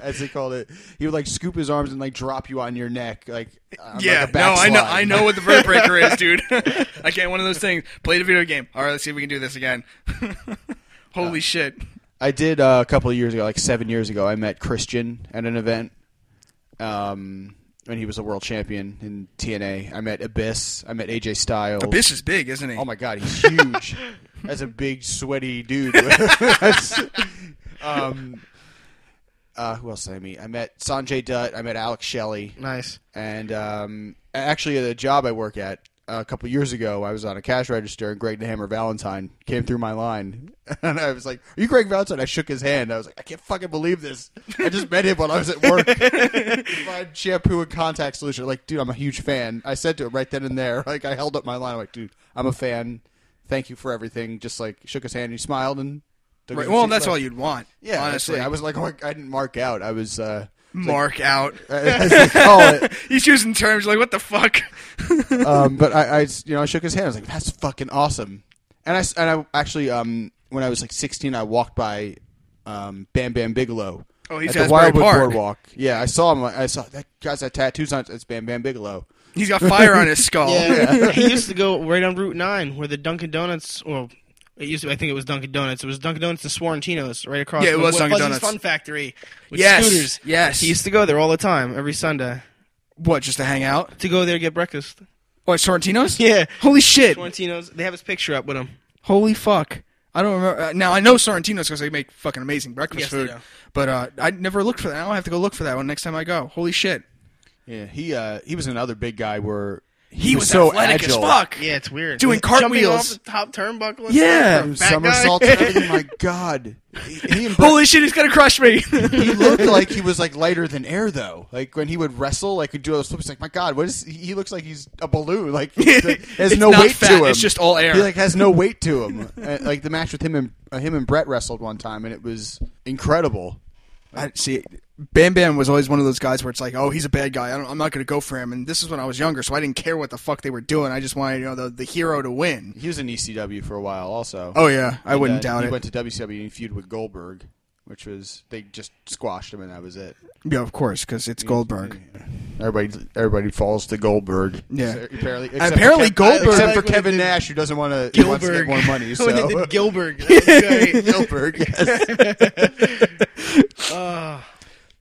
as they called it. He would like scoop his arms and like drop you on your neck, like on, like, Yeah, a no, back I know, slide. I know what the verb breaker is, dude. I get one of those things. Played a video game. All right, let's see if we can do this again. Holy shit! I did uh, a couple of years ago, like seven years ago. I met Christian at an event, um, when he was a world champion in TNA. I met Abyss. I met AJ Styles. Abyss is big, isn't he? Oh my god, he's huge. That's a big sweaty dude. That's- um, uh, who else did I meet? I met Sanjay Dutt. I met Alex Shelley. Nice. And um, actually, at a job I work at a couple years ago, I was on a cash register, and Greg the Hammer Valentine came through my line, and I was like, "Are you Greg Valentine?" I shook his hand. I was like, "I can't fucking believe this. I just met him while I was at work." my shampoo and contact solution. Like, dude, I'm a huge fan. I said to him right then and there. Like, I held up my line. I'm like, dude, I'm a fan. Thank you for everything. Just like shook his hand, and he smiled, and took Right, his Well, seat. that's Like, all you'd want. Yeah, honestly, I was like, oh, I didn't mark out. I was. Uh, mark out. as they call it, He's using terms like what the fuck. um, but I, I, you know, I shook his hand. I was like, "That's fucking awesome." And I, s- and I actually, um, when I was like 16, I walked by, um, Bam Bam Bigelow. Oh, he's at at the Asbury Wildwood Park. Boardwalk. Yeah, I saw him. like, I saw that guy's got tattoos on. it. It's Bam Bam Bigelow. He's got fire on his skull. Yeah, he used to go right on Route Nine, where the Dunkin' Donuts, or it used to, I think it was Dunkin' Donuts. It was Dunkin' Donuts to Sorrentino's, right across. Yeah, it from was Wet Dunkin' Fuzzy's Donuts. Fun Factory. With Yes, scooters. yes. He used to go there all the time, every Sunday, What? Just to hang out? to go there and get breakfast. What? Sorrentino's? Yeah. Holy shit! Sorrentino's. They have his picture up with him. Holy fuck! I don't remember. Uh, now I know Sorrentino's because they make fucking amazing breakfast Yes, they food. do. But uh, I never looked for that. Now I have to go look for that one next time I go. Holy shit! Yeah, he, uh, he was another big guy where He, was, so athletic agile. as fuck. Yeah, it's weird. Doing Jumping off cartwheels. the top turnbuckle. and Yeah. stuff. Fat guy. somersaults. and everything. Oh My God, he, he, and Bra- Holy shit! He's gonna crush me. he looked like he was like lighter than air though. Like when he would wrestle, like he'd do those flips. Like my God, what is? He looks like he's a balloon. Like he's, like, has It's no not weight fat, to him. it's just all air. He like has no weight to him. Uh, like the match with him and uh, him and Brett wrestled one time, and it was incredible. I see. Bam Bam was always one of those guys where it's like, oh, he's a bad guy. I don't, I'm not going to go for him. And this is when I was younger, so I didn't care what the fuck they were doing. I just wanted, you know, the, the hero to win. He was in ECW for a while, also. Oh yeah, I wouldn't Then doubt he it. went to WCW and feud with Goldberg, which was they just squashed him, and that was it. yeah, of course, because it's Goldberg. Everybody, everybody falls to Goldberg. Yeah. So apparently, except for Apparently Kev- Goldberg- except for Like when they Kevin did Nash, who doesn't want to, he wants to Gilbert. get more money. So when they did Gilbert. That was great. Gilbert, yes. Oh,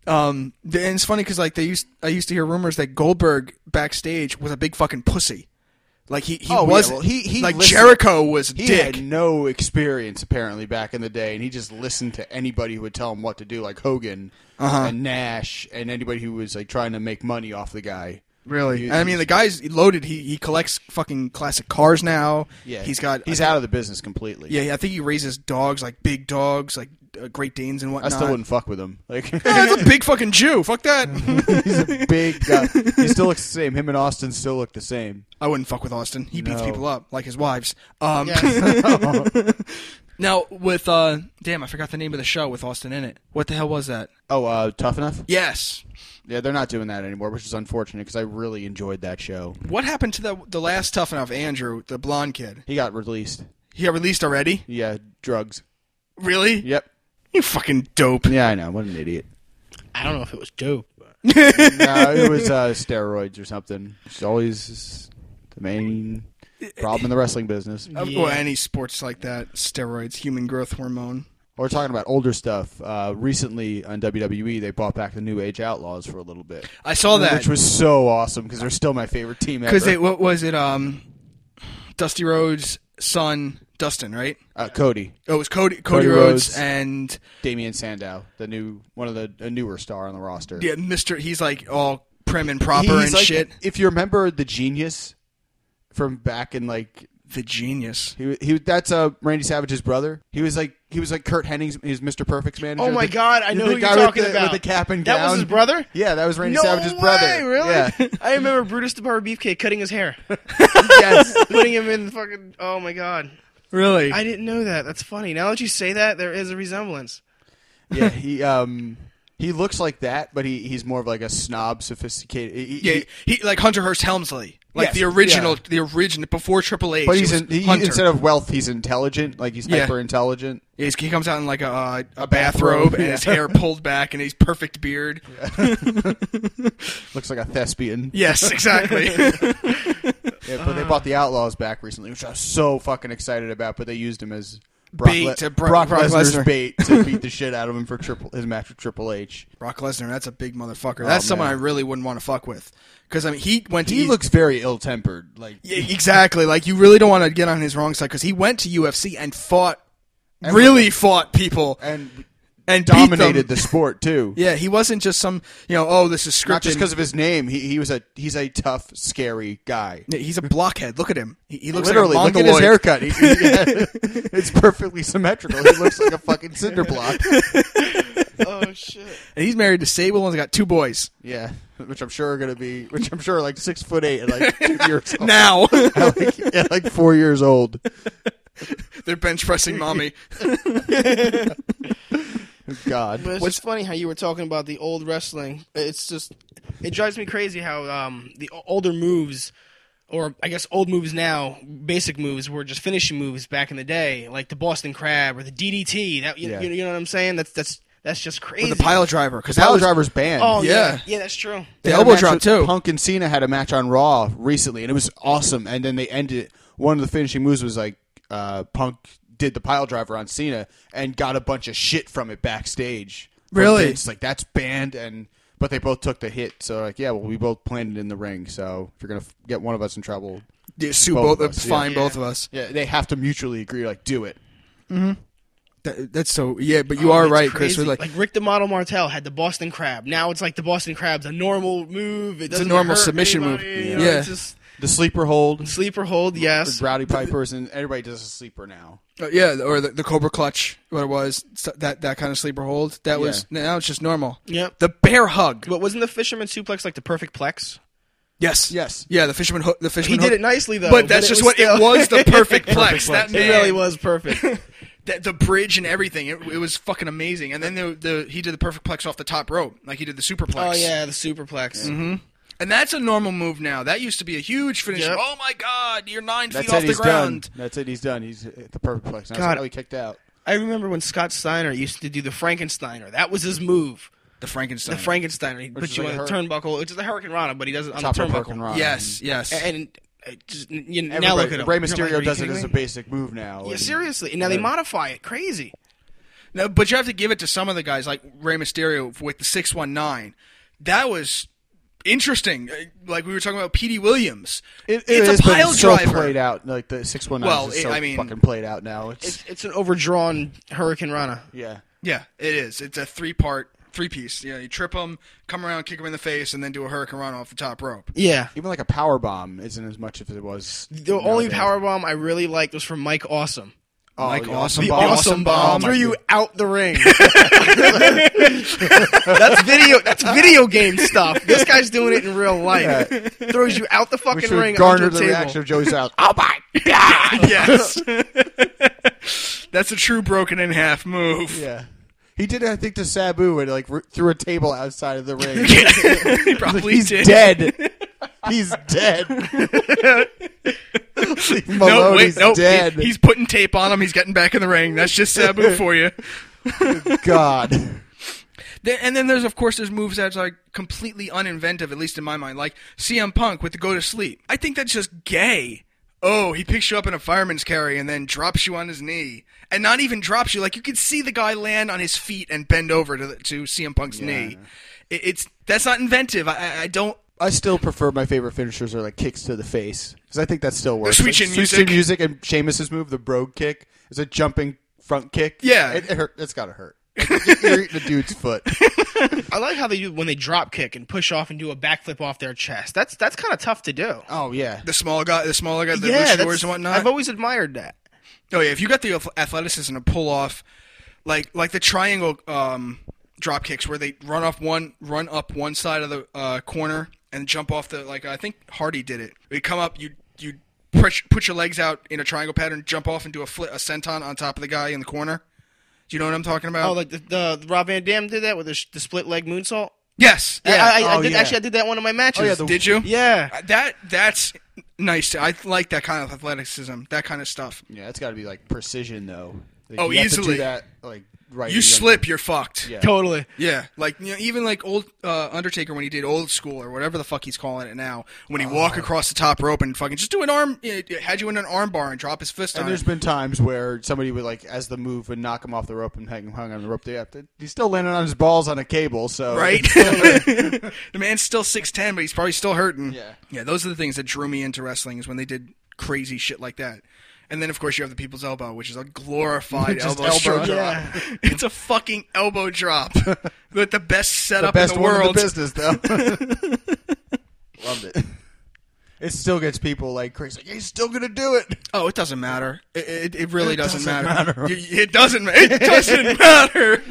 Um, th- and it's funny because like they used, I used to hear rumors that Goldberg backstage was a big fucking pussy. Like he, he Oh, yeah, was well, he- he like listened- Jericho was a He dick. had no experience apparently back in the day, and he just listened to anybody who would tell him what to do, like Hogan and Nash, and anybody who was like trying to make money off the guy. Really, He- and I mean the guy's loaded. He he collects fucking classic cars now. Yeah, he's got he's I think- out of the business completely. Yeah, I think he raises dogs like big dogs, like uh, Great Danes and I whatnot. still wouldn't fuck with him. Like Yeah, that's a big fucking Jew. Fuck that. he's a big guy. He still looks the same. Him and Austin still look the same. I wouldn't fuck with Austin. He beats No. people up like his wives. Um, yeah. Now with uh, damn, I forgot the name of the show with Austin in it. What the hell was that? Oh, uh, tough enough. Yes. Yeah, they're not doing that anymore, which is unfortunate because I really enjoyed that show. What happened to the the last tough enough Andrew, the blonde kid? He got released. He got released already? Yeah, drugs. Really? Yep. You fucking dope. Yeah, I know. What an idiot. I don't know if it was dope. but- no, it was uh, steroids or something. It's always the main. Problem in the wrestling business. Of- Yeah. Or any sports like that, steroids, human growth hormone. We're talking about older stuff. Uh, recently on WWE, they bought back the New Age Outlaws for a little bit, I saw that which was so awesome because they're still my favorite team ever. because they what was it? Um, Dusty Rhodes' son Dustin, right? uh, Cody, Oh, it was Cody Cody, Rhodes, Rhodes. and Damian Sandow, the new one of the a newer star on the roster. yeah, Mister. He's like all prim and proper He's and like- shit. If you remember the genius from back in like The genius. he he that's uh Randy Savage's brother. He was like he was like Kurt Henning's his Mr. Perfect's manager. Oh my The- God, I the know who guy you're with talking the- about. with the cap and That was gown. his brother? Yeah, that was Randy no Savage's way, brother. Really? Yeah. I remember Brutus the Barber Beefcake cutting his hair, yes. putting him in the fucking. Oh my god! Really? I didn't know that. That's funny. Now that you say that, there is a resemblance. Yeah, he um he looks like that, but he he's more of like a snob, sophisticated. he- he- yeah, he like Hunter Hearst Helmsley, like Yes, the original, yeah. the original before Triple H. but it he's was in, he, he- Hunter. instead of wealth, he's intelligent. Like he's Yeah. hyper intelligent. Yeah, he's- he comes out in like a uh, a bathrobe and his yeah. hair pulled back and his perfect beard. Looks like a thespian. Yes, exactly. Yeah, but they bought the Outlaws back recently, which I was so fucking excited about. But they used him as Brock, Bait Le- to Bro- Brock Brock Lesnar's Lesnar. bait to beat the shit out of him for triple his match with Triple H. Brock Lesnar, that's a big motherfucker. that's someone I Oh, man. really wouldn't want to fuck with because I mean he went to He E- looks very ill tempered. Like Yeah, exactly like you really don't want to get on his wrong side because he went to UFC and fought, really fought people and, and beat them. dominated the sport too. Yeah, he wasn't just some you know oh this is scripted. Not just because of his name. He he was a he's a tough, scary guy. Yeah, he's a blockhead. Look at him. He, he looks Literally, like a look at his mongoloid. haircut. He- he- yeah. it's perfectly symmetrical. He looks like a fucking cinder block. Oh shit! And he's married to Sable and has got two boys Yeah, which I'm sure are going to be, which I'm sure are like six foot eight and like two years old. now. like, yeah, like four years old. They're bench pressing mommy. God. But it's just funny how you were talking about the old wrestling. It's just it drives me crazy how um, the o- older moves, or I guess old moves now, basic moves were just finishing moves back in the day, like the Boston Crab or the DDT. That you, Yeah. you, you know what I'm saying? That's that's that's just crazy. the pile driver because Power driver's banned. Oh Yeah. yeah, yeah, that's true. They The had a elbow match drop, with too. Punk and Cena had a match on Raw recently, and it was awesome. And then they ended. One of the finishing moves was like uh, Punk did the pile driver on Cena and got a bunch of shit from it backstage. From Really? Vince, like that's banned. And but they both took the hit, so like yeah, well we both planned it in the ring. So if you're gonna f- get one of us in trouble, sue Both both, of us, yeah. fine Yeah. both of us. yeah, they have to mutually agree. Like do it. That, that's so yeah, but you Oh, are that's right, Chris. crazy. We're like, Like, Rick the Model Martel had the Boston Crab. Now it's like the Boston Crab's a normal move. It a doesn't normal hurt submission move. anybody, you know, Yeah. it's just The sleeper hold, sleeper hold. Yes, Rowdy Pipers, and everybody does a sleeper now. uh, yeah, or the, the Cobra Clutch, what it was, so- that that kind of sleeper hold. That was now it's just normal. Yep. The bear hug. But wasn't the fisherman suplex like the perfect plex? Yes. Yes. Yeah. The fisherman hook. The He fisherman. did hook. it nicely though. But that's just what it was. The perfect plex. that it man. really was perfect. The, the bridge and everything. It, it was fucking amazing. And then the, the he did the perfect plex off the top rope, like he did the superplex. oh yeah, the superplex. Mm-hmm. And that's a normal move now. That used to be a huge finish. Yep. Oh my god, you're nine That's feet off it. the He's ground. done. That's it. He's done. He's at the perfect place. And I was God. like, oh, he kicked out. I remember when Scott Steiner used to do the Frankensteiner. That was his move. The Frankenstein. The Frankensteiner. He is puts you like on a a hurri- turnbuckle. It's the Hurricane Rana, but he does it on Top the rope turnbuckle. Hurricane Rana. yes, yes. And it just you, now Everybody- look at him. Rey You're like, Mysterio are you does it kidding as a me? basic move now. Yeah, and- seriously. And now they modify it. Crazy. no, but you have to give it to some of the guys like Rey Mysterio with the six one nine. That was interesting. Uh, Like we were talking about Petey Williams. It, it's is, a but pile it's driver. So played out, like the six one nine. Well, is it- so I mean- fucking played out now. It's, It's it's an overdrawn Hurricane Rana. yeah. Yeah, it is. It's a three part, three piece. You know, you trip him, come around, kick him in the face, and then do a hurricane run off the top rope. Yeah. Even like a power bomb isn't as much as it was. The only power bomb I really liked was from Mike Awesome. oh, Like the awesome the bomb. Awesome bomb. my threw you God. out the ring. that's video. That's video game stuff. This guy's doing it in real life. Throws you out the Which fucking would ring. garner under the a table. reaction of Joey Styles. Oh my! yes. That's a true broken in half move. Yeah, he did. it, I think to Sabu and like re- threw a table outside of the ring. he probably He's did. dead. He's dead. Leave him No, alone. wait, he's no. dead. He- he's putting tape on him. He's getting back in the ring. That's just Sabu for you. God. Then- And then there's, of course, there's moves that are completely uninventive, at least in my mind, like CM Punk with the go to sleep. I think that's just gay. oh, he picks you up in a fireman's carry and then drops you on his knee, and not even drops you. Like you could see the guy land on his feet and bend over to the, to CM Punk's knee. It, it's that's not inventive. I- I, I don't. I still prefer my favorite finishers are like kicks to the face because I think that still works. sweet Like, chin music. chin music and Sheamus's move, the brogue kick, is a jumping front kick. Yeah. it, it hurt. It's gotta hurt. You're eating the dude's foot. I like how they do when they drop kick and push off and do a backflip off their chest. That's that's kind of tough to do. Oh yeah, The small guy, the smaller guy, the yeah, luchadors that's- and whatnot. I've always admired that. Oh yeah, if you got the ath- athleticism to pull off, like like the triangle um, drop kicks where they run off one, run up one side of the uh, corner and jump off the like I think Hardy did it. You come up, you you push, put your legs out in a triangle pattern, jump off and do a flit, a senton on top of the guy in the corner. Do you know what I'm talking about? Oh, like the, the, the Rob Van Dam did that with the, sh- the split leg moonsault. yes, Yeah, I, I, oh, I did, yeah. actually I did that in one of my matches. Oh, yeah, the- Did you? yeah. Uh, That that's nice. I like that kind of athleticism, that kind of stuff. yeah. It's gotta be like precision though. Like, Oh, you have to easily. do that like right. You you're- slip, you're fucked. Yeah. totally. Yeah, like you know, even like old uh, Undertaker when he did old school or whatever the fuck he's calling it now. When Oh. he walk across the top rope and fucking just do an arm, it, it had you in an arm bar and drop his fist And on. there's it. been times where somebody would like, as the move would knock him off the rope and hang him hung on the rope. They have to, he's still landing on his balls on a cable. So Right, the man's still six ten, but he's probably still hurting. Yeah. yeah. Those are the things that drew me into wrestling is when they did crazy shit like that. And then of course you have the people's elbow, which is a glorified Just elbow, elbow stroke. drop. it's a fucking elbow drop, with the best the setup best in the one in world. the business, though. Loved it. It still gets people like crazy. Like, he's still gonna do it. Oh, it doesn't matter. It, it, it really doesn't, doesn't matter. matter. You- It doesn't. ma- It doesn't matter.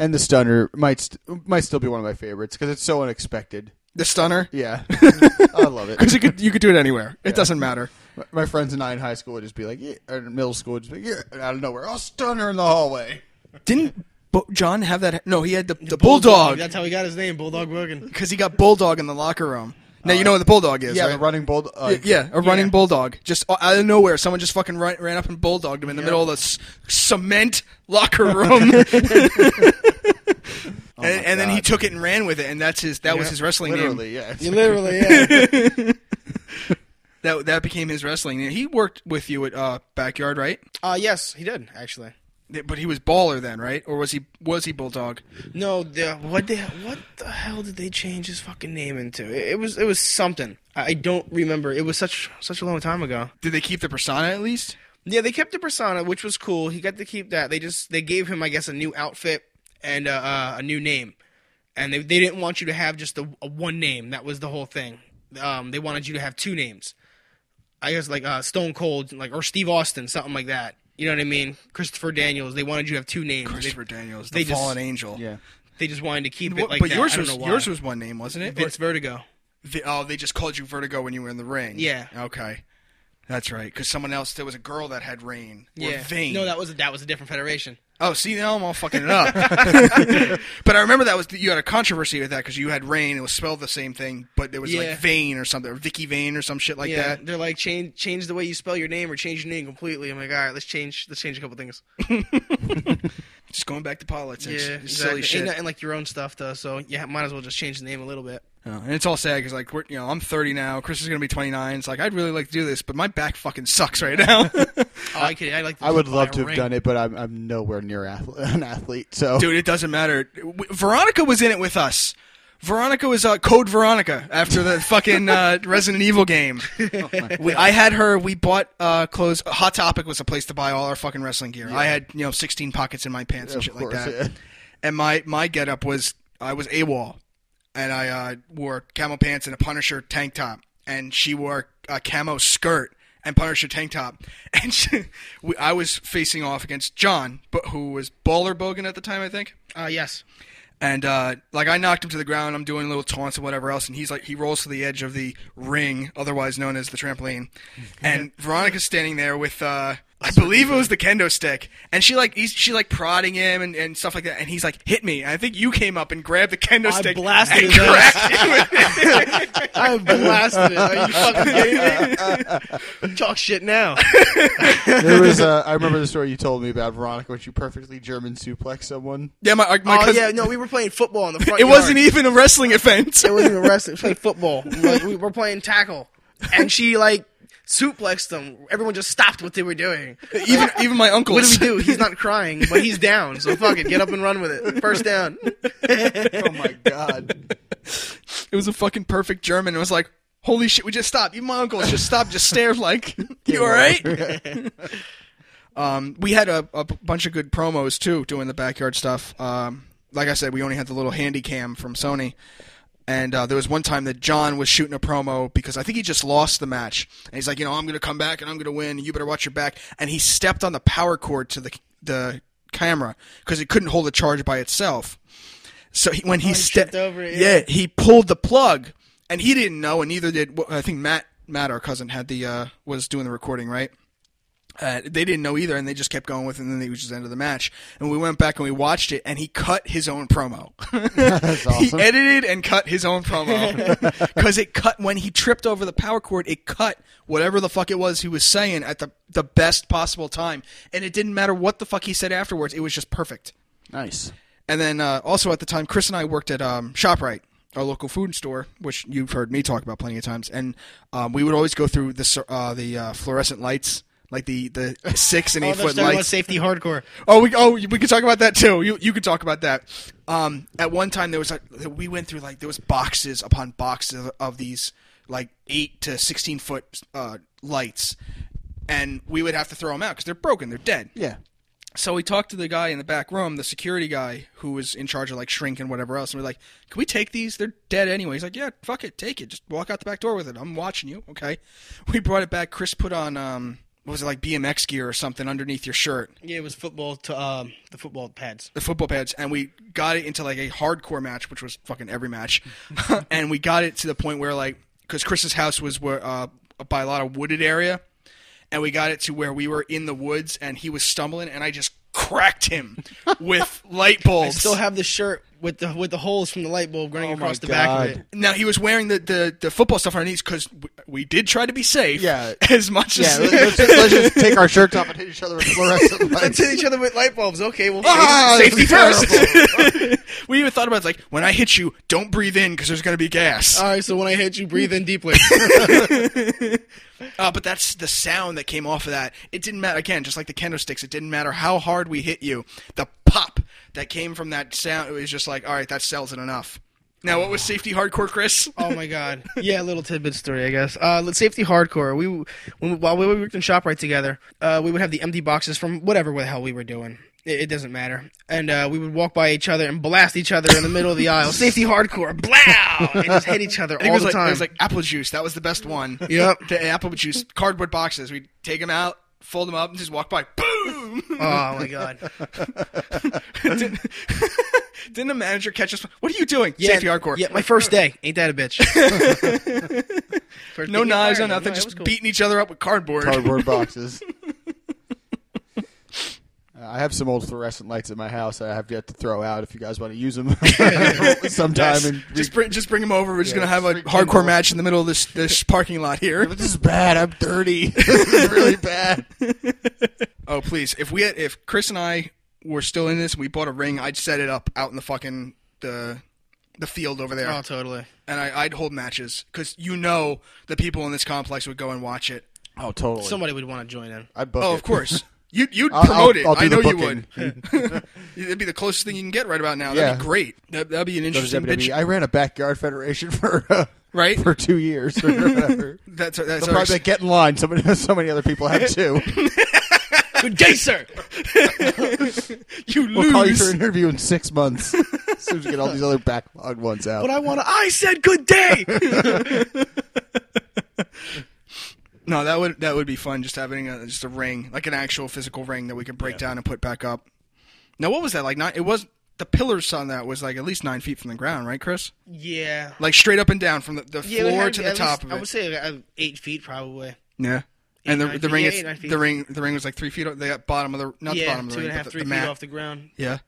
And the stunner might st- might still be one of my favorites because it's so unexpected. The stunner. Yeah, I love it. Because you could you could do it anywhere. It doesn't matter. My- My friends and I in high school would just be like, yeah, or in middle school would just be, yeah, and out of nowhere, I'll stunner in the hallway. Didn't Bo- John have that? No, he had the, the That's how he got his name, Bulldog Bogan. because he got bulldog in the locker room. Now you know what the bulldog is, Yeah, right? the running bull. Uh, Y- yeah, a running Yeah. bulldog. Just o- out of nowhere, someone just fucking ran, ran up and bulldogged him in the middle of the s- cement locker room. and and then he God. took it and ran with it, and that's his. That was his wrestling name. literally, yeah. You literally, yeah. That that became his wrestling. name. He worked with you at uh, Backyard, right? uh, yes, he did actually. Th- But he was baller then, right? Or was he was he bulldog? No, the, what the what the hell did they change his fucking name into? It, it was it was something. I I don't remember. It was such such a long time ago. Did they keep the persona at least? Yeah, they kept the persona, which was cool. He got to keep that. They just they gave him, I guess, a new outfit and uh, uh, a new name, and they they didn't want you to have just a, a one name. That was the whole thing. Um, they wanted you to have two names. I guess like uh, Stone Cold, like or Steve Austin, something like that. You know what I mean? Christopher Daniels. They wanted you to have two names. They- Christopher Daniels, the they just- Fallen Angel. yeah. They, just wanted to keep it What- like but that. yours I don't was know why. yours was one name, wasn't it? Vince Vertigo. Or- the- oh, they just called you Vertigo when you were in the ring. Yeah. Okay, that's right. Because someone else, there was a girl that had Rain. Or Yeah. Vane. No, that was that was a different federation. Oh, see, now I'm all fucking it up. but I remember that was you had a controversy with that because you had Rain. It was spelled the same thing, but there was Yeah. like Vane or something, or Vicky Vane or some shit like yeah, that. they're like change change the way you spell your name or change your name completely. I'm like, all right, let's change let's change a couple things. Just going back to politics. Yeah, silly exactly. shit. Ain't nothing like your own stuff though, so yeah, might as well just change the name a little bit. Uh, and it's all sad because like we're, you know I'm 30 now. Chris is gonna be 29. It's like I'd really like to do this, but my back fucking sucks right now, Oh, I could. I like. I would love to have done it, but I'm I'm nowhere near athle- an athlete. So dude. It doesn't matter. W- Veronica was in it with us. Veronica was uh, Code Veronica after the fucking uh, Resident Evil game. we, I had her. We bought uh, clothes. Hot Topic was a place to buy all our fucking wrestling gear. I had you know 16 pockets in my pants and Of shit course, like that. yeah. And my my getup was I was AWOL, and I uh, wore camo pants and a Punisher tank top, and she wore a camo skirt and Punisher tank top, and she, we, I was facing off against John, but who was Baller Bogan at the time, I think. Uh, yes. And uh, like I knocked him to the ground, I'm doing little taunts and whatever else, and he's like he rolls to the edge of the ring, otherwise known as the trampoline. And Veronica's standing there with uh, I believe it was the kendo stick, and she like he's, she like prodding him and, and stuff like that, and he's like hit me. And I think you came up and grabbed the kendo I stick, blasted and his ass. cracked him with it. I blasted it. Are you fucking kidding me? Talk shit now. there was. Uh, I remember the story you told me about Veronica when she perfectly German suplex someone. Yeah, my, uh, my Oh cousin- yeah, no, we were playing football in the front. it wasn't e- yard. even a wrestling event. It wasn't even wrestling. We played football. We were- we were playing tackle. and she like suplexed them. Everyone just stopped what they were doing. even even my uncle. What do we do? He's not crying, but he's down. So fuck it, get up and run with it. First down. Oh my god. It was a fucking perfect German. It was like, holy shit, we just stopped. Even my uncle just stopped, just stared like, you all right? um, we had a, a bunch of good promos too, doing the backyard stuff. Um, like I said, we only had the little handy cam from Sony. And uh, there was one time that John was shooting a promo because I think he just lost the match, and he's like, you know, I'm gonna come back and I'm gonna win. You better watch your back. And he stepped on the power cord to the the camera because it couldn't hold the charge by itself. So he, when he, stepped Oh, tripped over it, yeah. he pulled the plug, and he didn't know, and neither did I think Matt. Matt, our cousin, had the uh, was doing the recording, right? Uh, they didn't know either, and they just kept going with it, and then it was just the end of the match. And we went back and we watched it, and he cut his own promo. That's awesome. He edited and cut his own promo because it cut when he tripped over the power cord. It cut whatever the fuck it was he was saying at the the best possible time, and it didn't matter what the fuck he said afterwards. It was just perfect. Nice. And then uh, also at the time, Chris and I worked at um, Shoprite, our local food store, which you've heard me talk about plenty of times. And um, we would always go through the cir- uh, the uh, fluorescent lights, like the, the six and Oh, eight they're foot talking about lights. safety hardcore. Oh, we oh we could talk about that too. You you could talk about that. Um, at one time there was like we went through like there was boxes upon boxes of, of these like eight to sixteen foot uh, lights, and we would have to throw them out because they're broken, they're dead. Yeah. So we talked to the guy in the back room, the security guy who was in charge of like shrink and whatever else, and we're like, "Can we take these? They're dead anyway." He's like, "Yeah, fuck it, take it. Just walk out the back door with it. I'm watching you." Okay. We brought it back. Chris put on um, what was it like BMX gear or something underneath your shirt, Yeah, it was football to um, the football pads. the football pads and we got it into like a hardcore match, which was fucking every match, and we got it to the point where like because Chris's house was where, uh, by a lot of wooded area, and we got it to where we were in the woods and he was stumbling and I just cracked him with light bulbs. Still have the shirt with the with the holes from the light bulb running Oh my across the back of God. it. now he was wearing the, the, the football stuff underneath because we, we did try to be safe. Yeah. as much Yeah. as Let's let's just, let's just take our shirts off and hit each other with fluorescent Let's lights. hit each other with light bulbs. Okay, well, Ah, safety that's first. we even thought about it, like when I hit you, don't breathe in because there's gonna be gas. All right, so when I hit you, breathe in deeply. Uh, but that's the sound that came off of that. It didn't matter. Again, just like the kendo sticks, it didn't matter how hard we hit you. The pop that came from that sound, it was just like, all right, that sells it enough. Now, what was safety hardcore, Chris? Oh my god. Yeah, a little tidbit story, I guess. Uh, let's safety hardcore. We when, while we worked in shop right together, uh, we would have the empty boxes from whatever the hell we were doing. It, it doesn't matter. And uh, we would walk by each other and blast each other in the middle of the aisle. Safety hardcore, blow, and just hit each other I think it all was the like, time. It was like apple juice. That was the best one. Yep. The apple juice cardboard boxes. We'd take them out, fold them up, and just walk by. Boom! oh my god. didn't, didn't the manager catch us? What are you doing? Yeah, safety hardcore. Yeah, my first day. Ain't that a bitch? First No day knives, no fired. nothing. it was just cool. beating each other up with cardboard. Cardboard boxes. Uh, I have some old fluorescent lights at my house. I have yet to throw out. If you guys want to use them sometime, Yes. and re- just bring just bring him over. We're just Yeah, gonna have a freaking hardcore cool. match in the middle of this this parking lot here. But this is bad. I'm dirty. this is really bad. Oh please! If we had, if Chris and I were still in this, we bought a ring. I'd set it up out in the fucking the the field over there, Oh, totally. and I, I'd hold matches because you know the people in this complex would go and watch it. Oh, totally. Somebody would want to join in. I'd book Oh, it. of course. You you'd I'll- promote I'll- it. I'll do I know the you would. booking. It'd be the closest thing you can get right about now. Yeah. That'd be great. That, that'd be an Go to interesting WWE. bitch, E. I ran a backyard federation for uh, right? for two years. Or whatever. That's that's They'll our, probably like, get in line. So many, so many other people have too. Good day, sir. you lose. We'll call you for an interview in six months. As soon as we get all these other backlog ones out. But I want to. I said good day. No, that would that would be fun. Just having a, just a ring, like an actual physical ring that we could break down and put back up. Now, what was that like? Not it was the pillars on that was like at least nine feet from the ground, right, Chris? yeah. Like straight up and down from the, the Yeah, it floor had to be the at top least- of I it. would say uh, eight feet probably. yeah, and the, nine the feet. ring, Yeah, it's- eight, nine feet. the ring, the ring was like three feet. o- They got bottom of the not the yeah, bottom of the two ring, and a half, but three the, the feet mat. off the ground. yeah,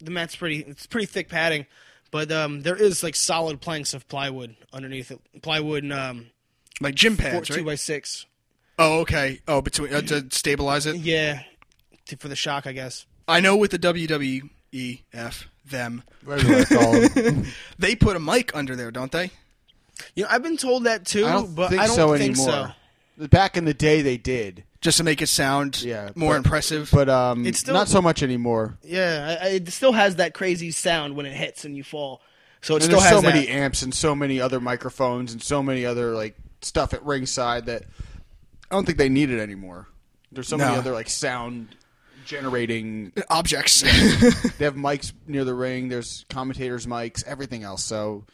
The mat's pretty. It's pretty thick padding, but um, there is like solid planks of plywood underneath it. Plywood and um, like gym four, pads, two right? by six. oh, okay. Oh, between uh, to stabilize it. Yeah, to, for the shock, I guess. I know with the E, WWEF them, Whatever you wanna call 'em. they put a mic under there, don't they? You know, I've been told that too, I don't but think I don't so think anymore. so. Back in the day, they did, just to make it sound Yeah, more but- impressive. but um, It's still- not so much anymore. Yeah, I, I, it still has that crazy sound when it hits and you fall. So And it still there's so has that. many amps and so many other microphones and so many other like stuff at ringside that I don't think they need it anymore. There's so many No. other like sound generating. Objects. they have mics near the ring. There's commentators' mics, everything else. So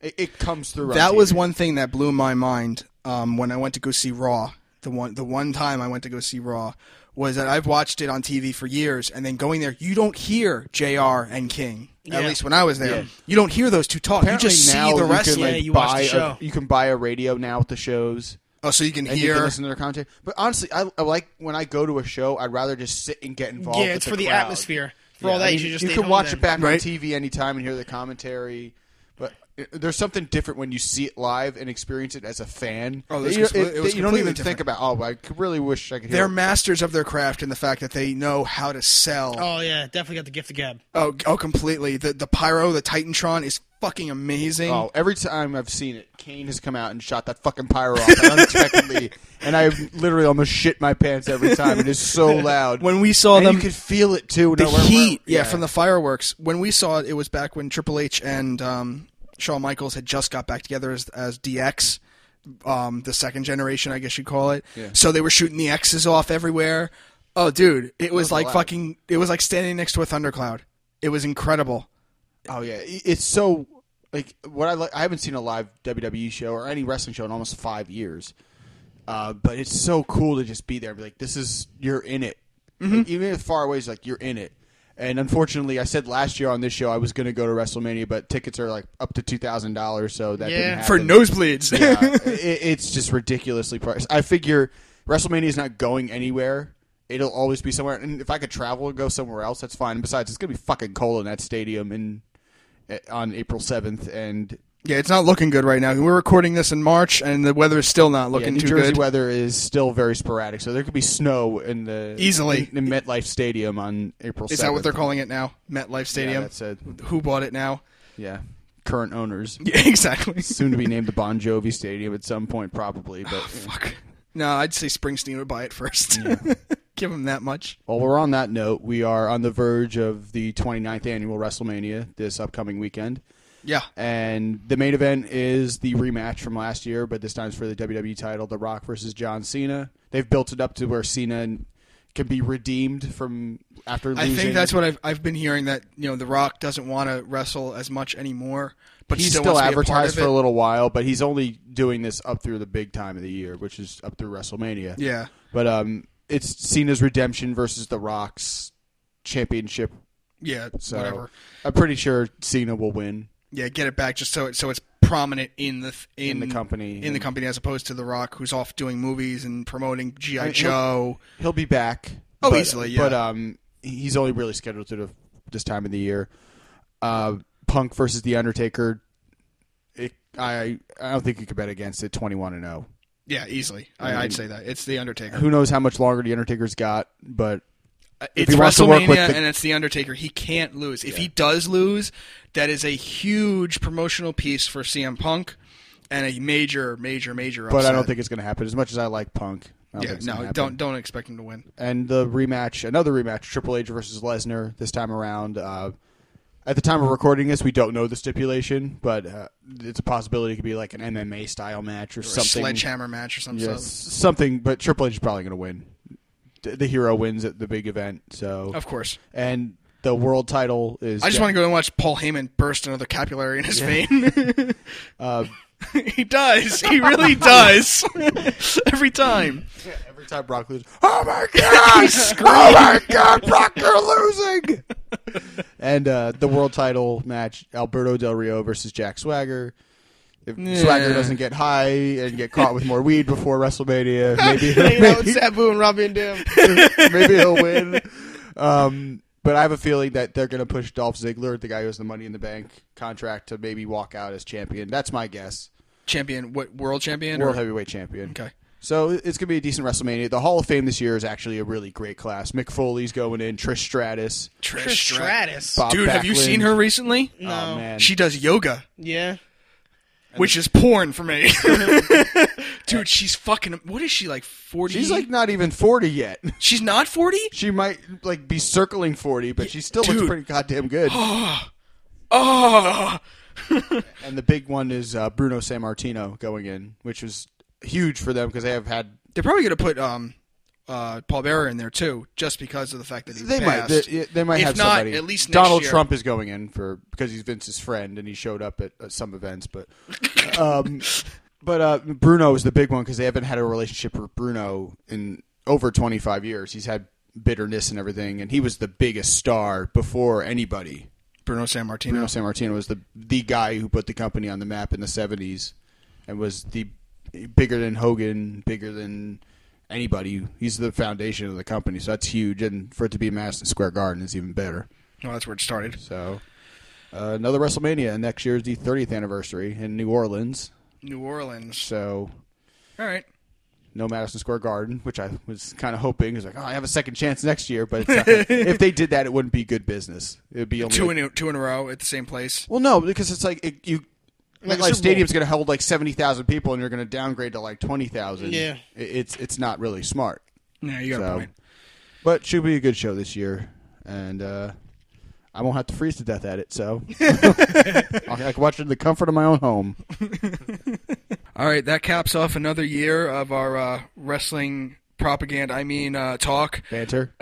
it, it comes through. on that was TV. one thing that blew my mind um, when I went to go see Raw. The one, the one time I went to go see Raw was that I've watched it on TV for years, and then going there, you don't hear Jr. and King. At Yeah. least when I was there, you don't hear those two talk. Apparently you just now see the you can, wrestling. like, Yeah, you watch buy the show. A, you can buy a radio now with the shows. oh, so you can and hear. you can listen to their content. But honestly, I, I like when I go to a show, I'd rather just sit and get involved. yeah, with it's for the crowd. atmosphere. For Yeah, all that, I you mean, should just you stay at can home watch then. it back on Right. TV anytime and hear the commentary. But uh, there's something different when you see it live and experience it as a fan. Oh, that it's you, compl- it that was you don't even completely think about. Oh, I could- really wish I could. They're Hear masters of their craft and the fact that they know how to sell. Oh, Oh yeah, definitely got the gift of gab. oh, completely. The the pyro, the Titantron is fucking amazing. Oh, every time I've seen it, Kane has come out and shot that fucking pyro off unexpectedly, and I literally almost shit my pants every time. It is so loud. When we saw and them, you could feel it too. the No, we're- we're- heat, yeah, from the fireworks. When we saw it, it was back when Triple H and um, Shawn Michaels had just got back together as, as DX, um, the second generation, I guess you'd call it. Yeah. So they were shooting the X's off everywhere. Oh, dude, it was like loud. fucking. It was like standing next to a thundercloud. It was incredible. Oh yeah, I- it's so like what I like. I haven't seen a live WWE show or any wrestling show in almost five years, uh, but it's so cool to just be there. and Be like, this is you're in it. Like, even if far away is like you're in it. And unfortunately, I said last year on this show I was going to go to WrestleMania, but tickets are like up to two thousand dollars, so that didn't Yeah. happen. For nosebleeds. yeah, i- it's just ridiculously priced. I figure WrestleMania is not going anywhere. It'll always be somewhere. And if I could travel and go somewhere else, that's fine. Besides, it's gonna be fucking cold in that stadium in eh, on April seventh, and Yeah, it's not looking good right now. We're recording this in March, and the weather's still not yeah, looking New too Jersey good. weather is still very sporadic. So there could be snow in the Easily. in, in MetLife Stadium on April. Is 7th. that what they're calling it now? MetLife Stadium. Yeah, that's it. Who bought it now? Yeah, current owners. Yeah, exactly. Soon to be named the Bon Jovi Stadium at some point, probably. But Fuck. No, I'd say Springsteen would buy it first. Give him that much. Well, we're on that note. We are on the verge of the 29th annual WrestleMania this upcoming weekend. Yeah. And the main event is the rematch from last year, but this time's for the WWE title, The Rock versus John Cena. They've built it up to where Cena can be redeemed from after I losing. think that's what I've, I've been hearing that, you know, The Rock doesn't want to wrestle as much anymore, but he's still, still wants to be a part advertised of for it. a little while, but he's only doing this up through the big time of the year, which is up through WrestleMania. Yeah. But um, it's Cena's redemption versus The Rock's championship. Yeah, So whatever. I'm pretty sure Cena will win. Yeah, get it back just so it, so it's prominent in the th- in in, the company. in the company as opposed to The Rock who's off doing movies and promoting I GI mean, Joe. He'll be back. Oh, but, easily, yeah. But um, he's only really scheduled to the, this time of the year. Uh, Punk versus the Undertaker. It, I I don't think you could bet against it. Twenty one and zero. Yeah, easily. I, I'd say that. It's The Undertaker. Who knows how much longer the Undertaker's got? But If it's he wants to work WrestleMania with the- and it's The Undertaker. He can't lose. If he does lose, that is a huge promotional piece for CM Punk and a major, major, major upset. but I don't think it's going to happen. As much as I like Punk, I don't Yeah, think it's gonna no, happen. don't don't expect him to win. and the rematch, another rematch, Triple H versus Lesnar this time around. Uh, at the time of recording this, we don't know the stipulation, but uh, it's a possibility it could be like an MMA style match or, Or a something. sledgehammer match or something. Yeah, s- something. But Triple H is probably going to win. D- The hero wins at the big event, so Of course. and the world title is. I just want to go and watch Paul Heyman burst another capillary in his vein. Uh, he does. He really does. Every time. go every time Brock loses. Oh my god! oh my god! Brock, you're losing. and uh, the world title match: Alberto Del Rio versus Jack Swagger. If Swagger doesn't get high and get caught with more weed before WrestleMania, maybe Hanging out with Sabu and Robbie and Dim. maybe he'll win. Um, but I have a feeling that they're going to push Dolph Ziggler, the guy who has the Money in the Bank contract, to maybe walk out as champion. That's my guess. Champion, what world champion? World or, heavyweight champion. okay. So it's going to be a decent WrestleMania. The Hall of Fame this year is actually a really great class. Mick Foley's going in. Trish Stratus. Mm. Trish, Trish Stratus. Stratus. Bob Oh, Dude, have you Backlund. seen her recently? Oh No. man, She does yoga. Yeah. which is porn for me. Dude, she's fucking. What is she like? Forty? She's like not even forty yet. she's not forty. She might like be circling forty, but she still looks Dude. pretty goddamn good. Oh, and the big one is uh, Bruno Sammartino going in, which was huge for them because they have had they're probably gonna put um, uh, Paul Bearer in there too, just because of the fact that he they might passed. they, they might If have not, somebody. at least next Donald year. Trump is going in for because he's Vince's friend and he showed up at, uh some events, but um, but uh, Bruno is the big one because they haven't had a relationship with Bruno in over 25 years. He's had bitterness and everything, and he was the biggest star before anybody. Bruno San Martino. Bruno San Martino was the the guy who put the company on the map in the seventies, and was the bigger than Hogan, bigger than anybody. He's the foundation of the company, so that's huge. And for it to be Madison Square Garden is even better. Well, that's where it started. So uh, another WrestleMania, and next year is the thirtieth anniversary in New Orleans. New Orleans. So All right. no Madison Square Garden, which I was kind of hoping is like, oh, I have a second chance next year. But it's not gonna- if they did that, it wouldn't be good business. It'd be only Two in a, two in a row at the same place. Well, no, because it's like it, you. Like a Super MetLife Bowl. Stadium's going to hold like seventy thousand people, and you're going to downgrade to like twenty thousand. Yeah. I- it's it's not really smart. Yeah, you got a So, point. but should be a good show this year, and uh, I won't have to freeze to death at it. So I I can watch it in the comfort of my own home. All right, that caps off another year of our uh, wrestling propaganda. I mean, uh, talk. Banter.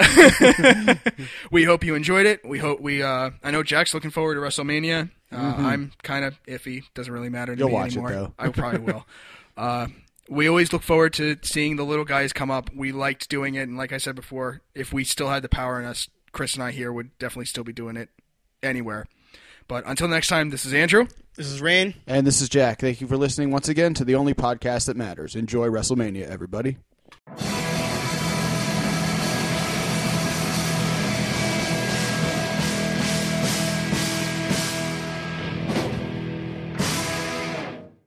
We hope you enjoyed it. We hope we. Uh, I know Jack's looking forward to WrestleMania. Uh, I'm kind of iffy. Doesn't really matter to Mm-hmm. You'll me watch it, anymore. though. I probably will. Uh, we always look forward to seeing the little guys come up. We liked doing it, and like I said before, if we still had the power in us, Chris and I here would definitely still be doing it anywhere. But until next time, this is Andrew. This is Rain. and this is Jack. Thank you for listening once again to the only podcast that matters. Enjoy WrestleMania, everybody.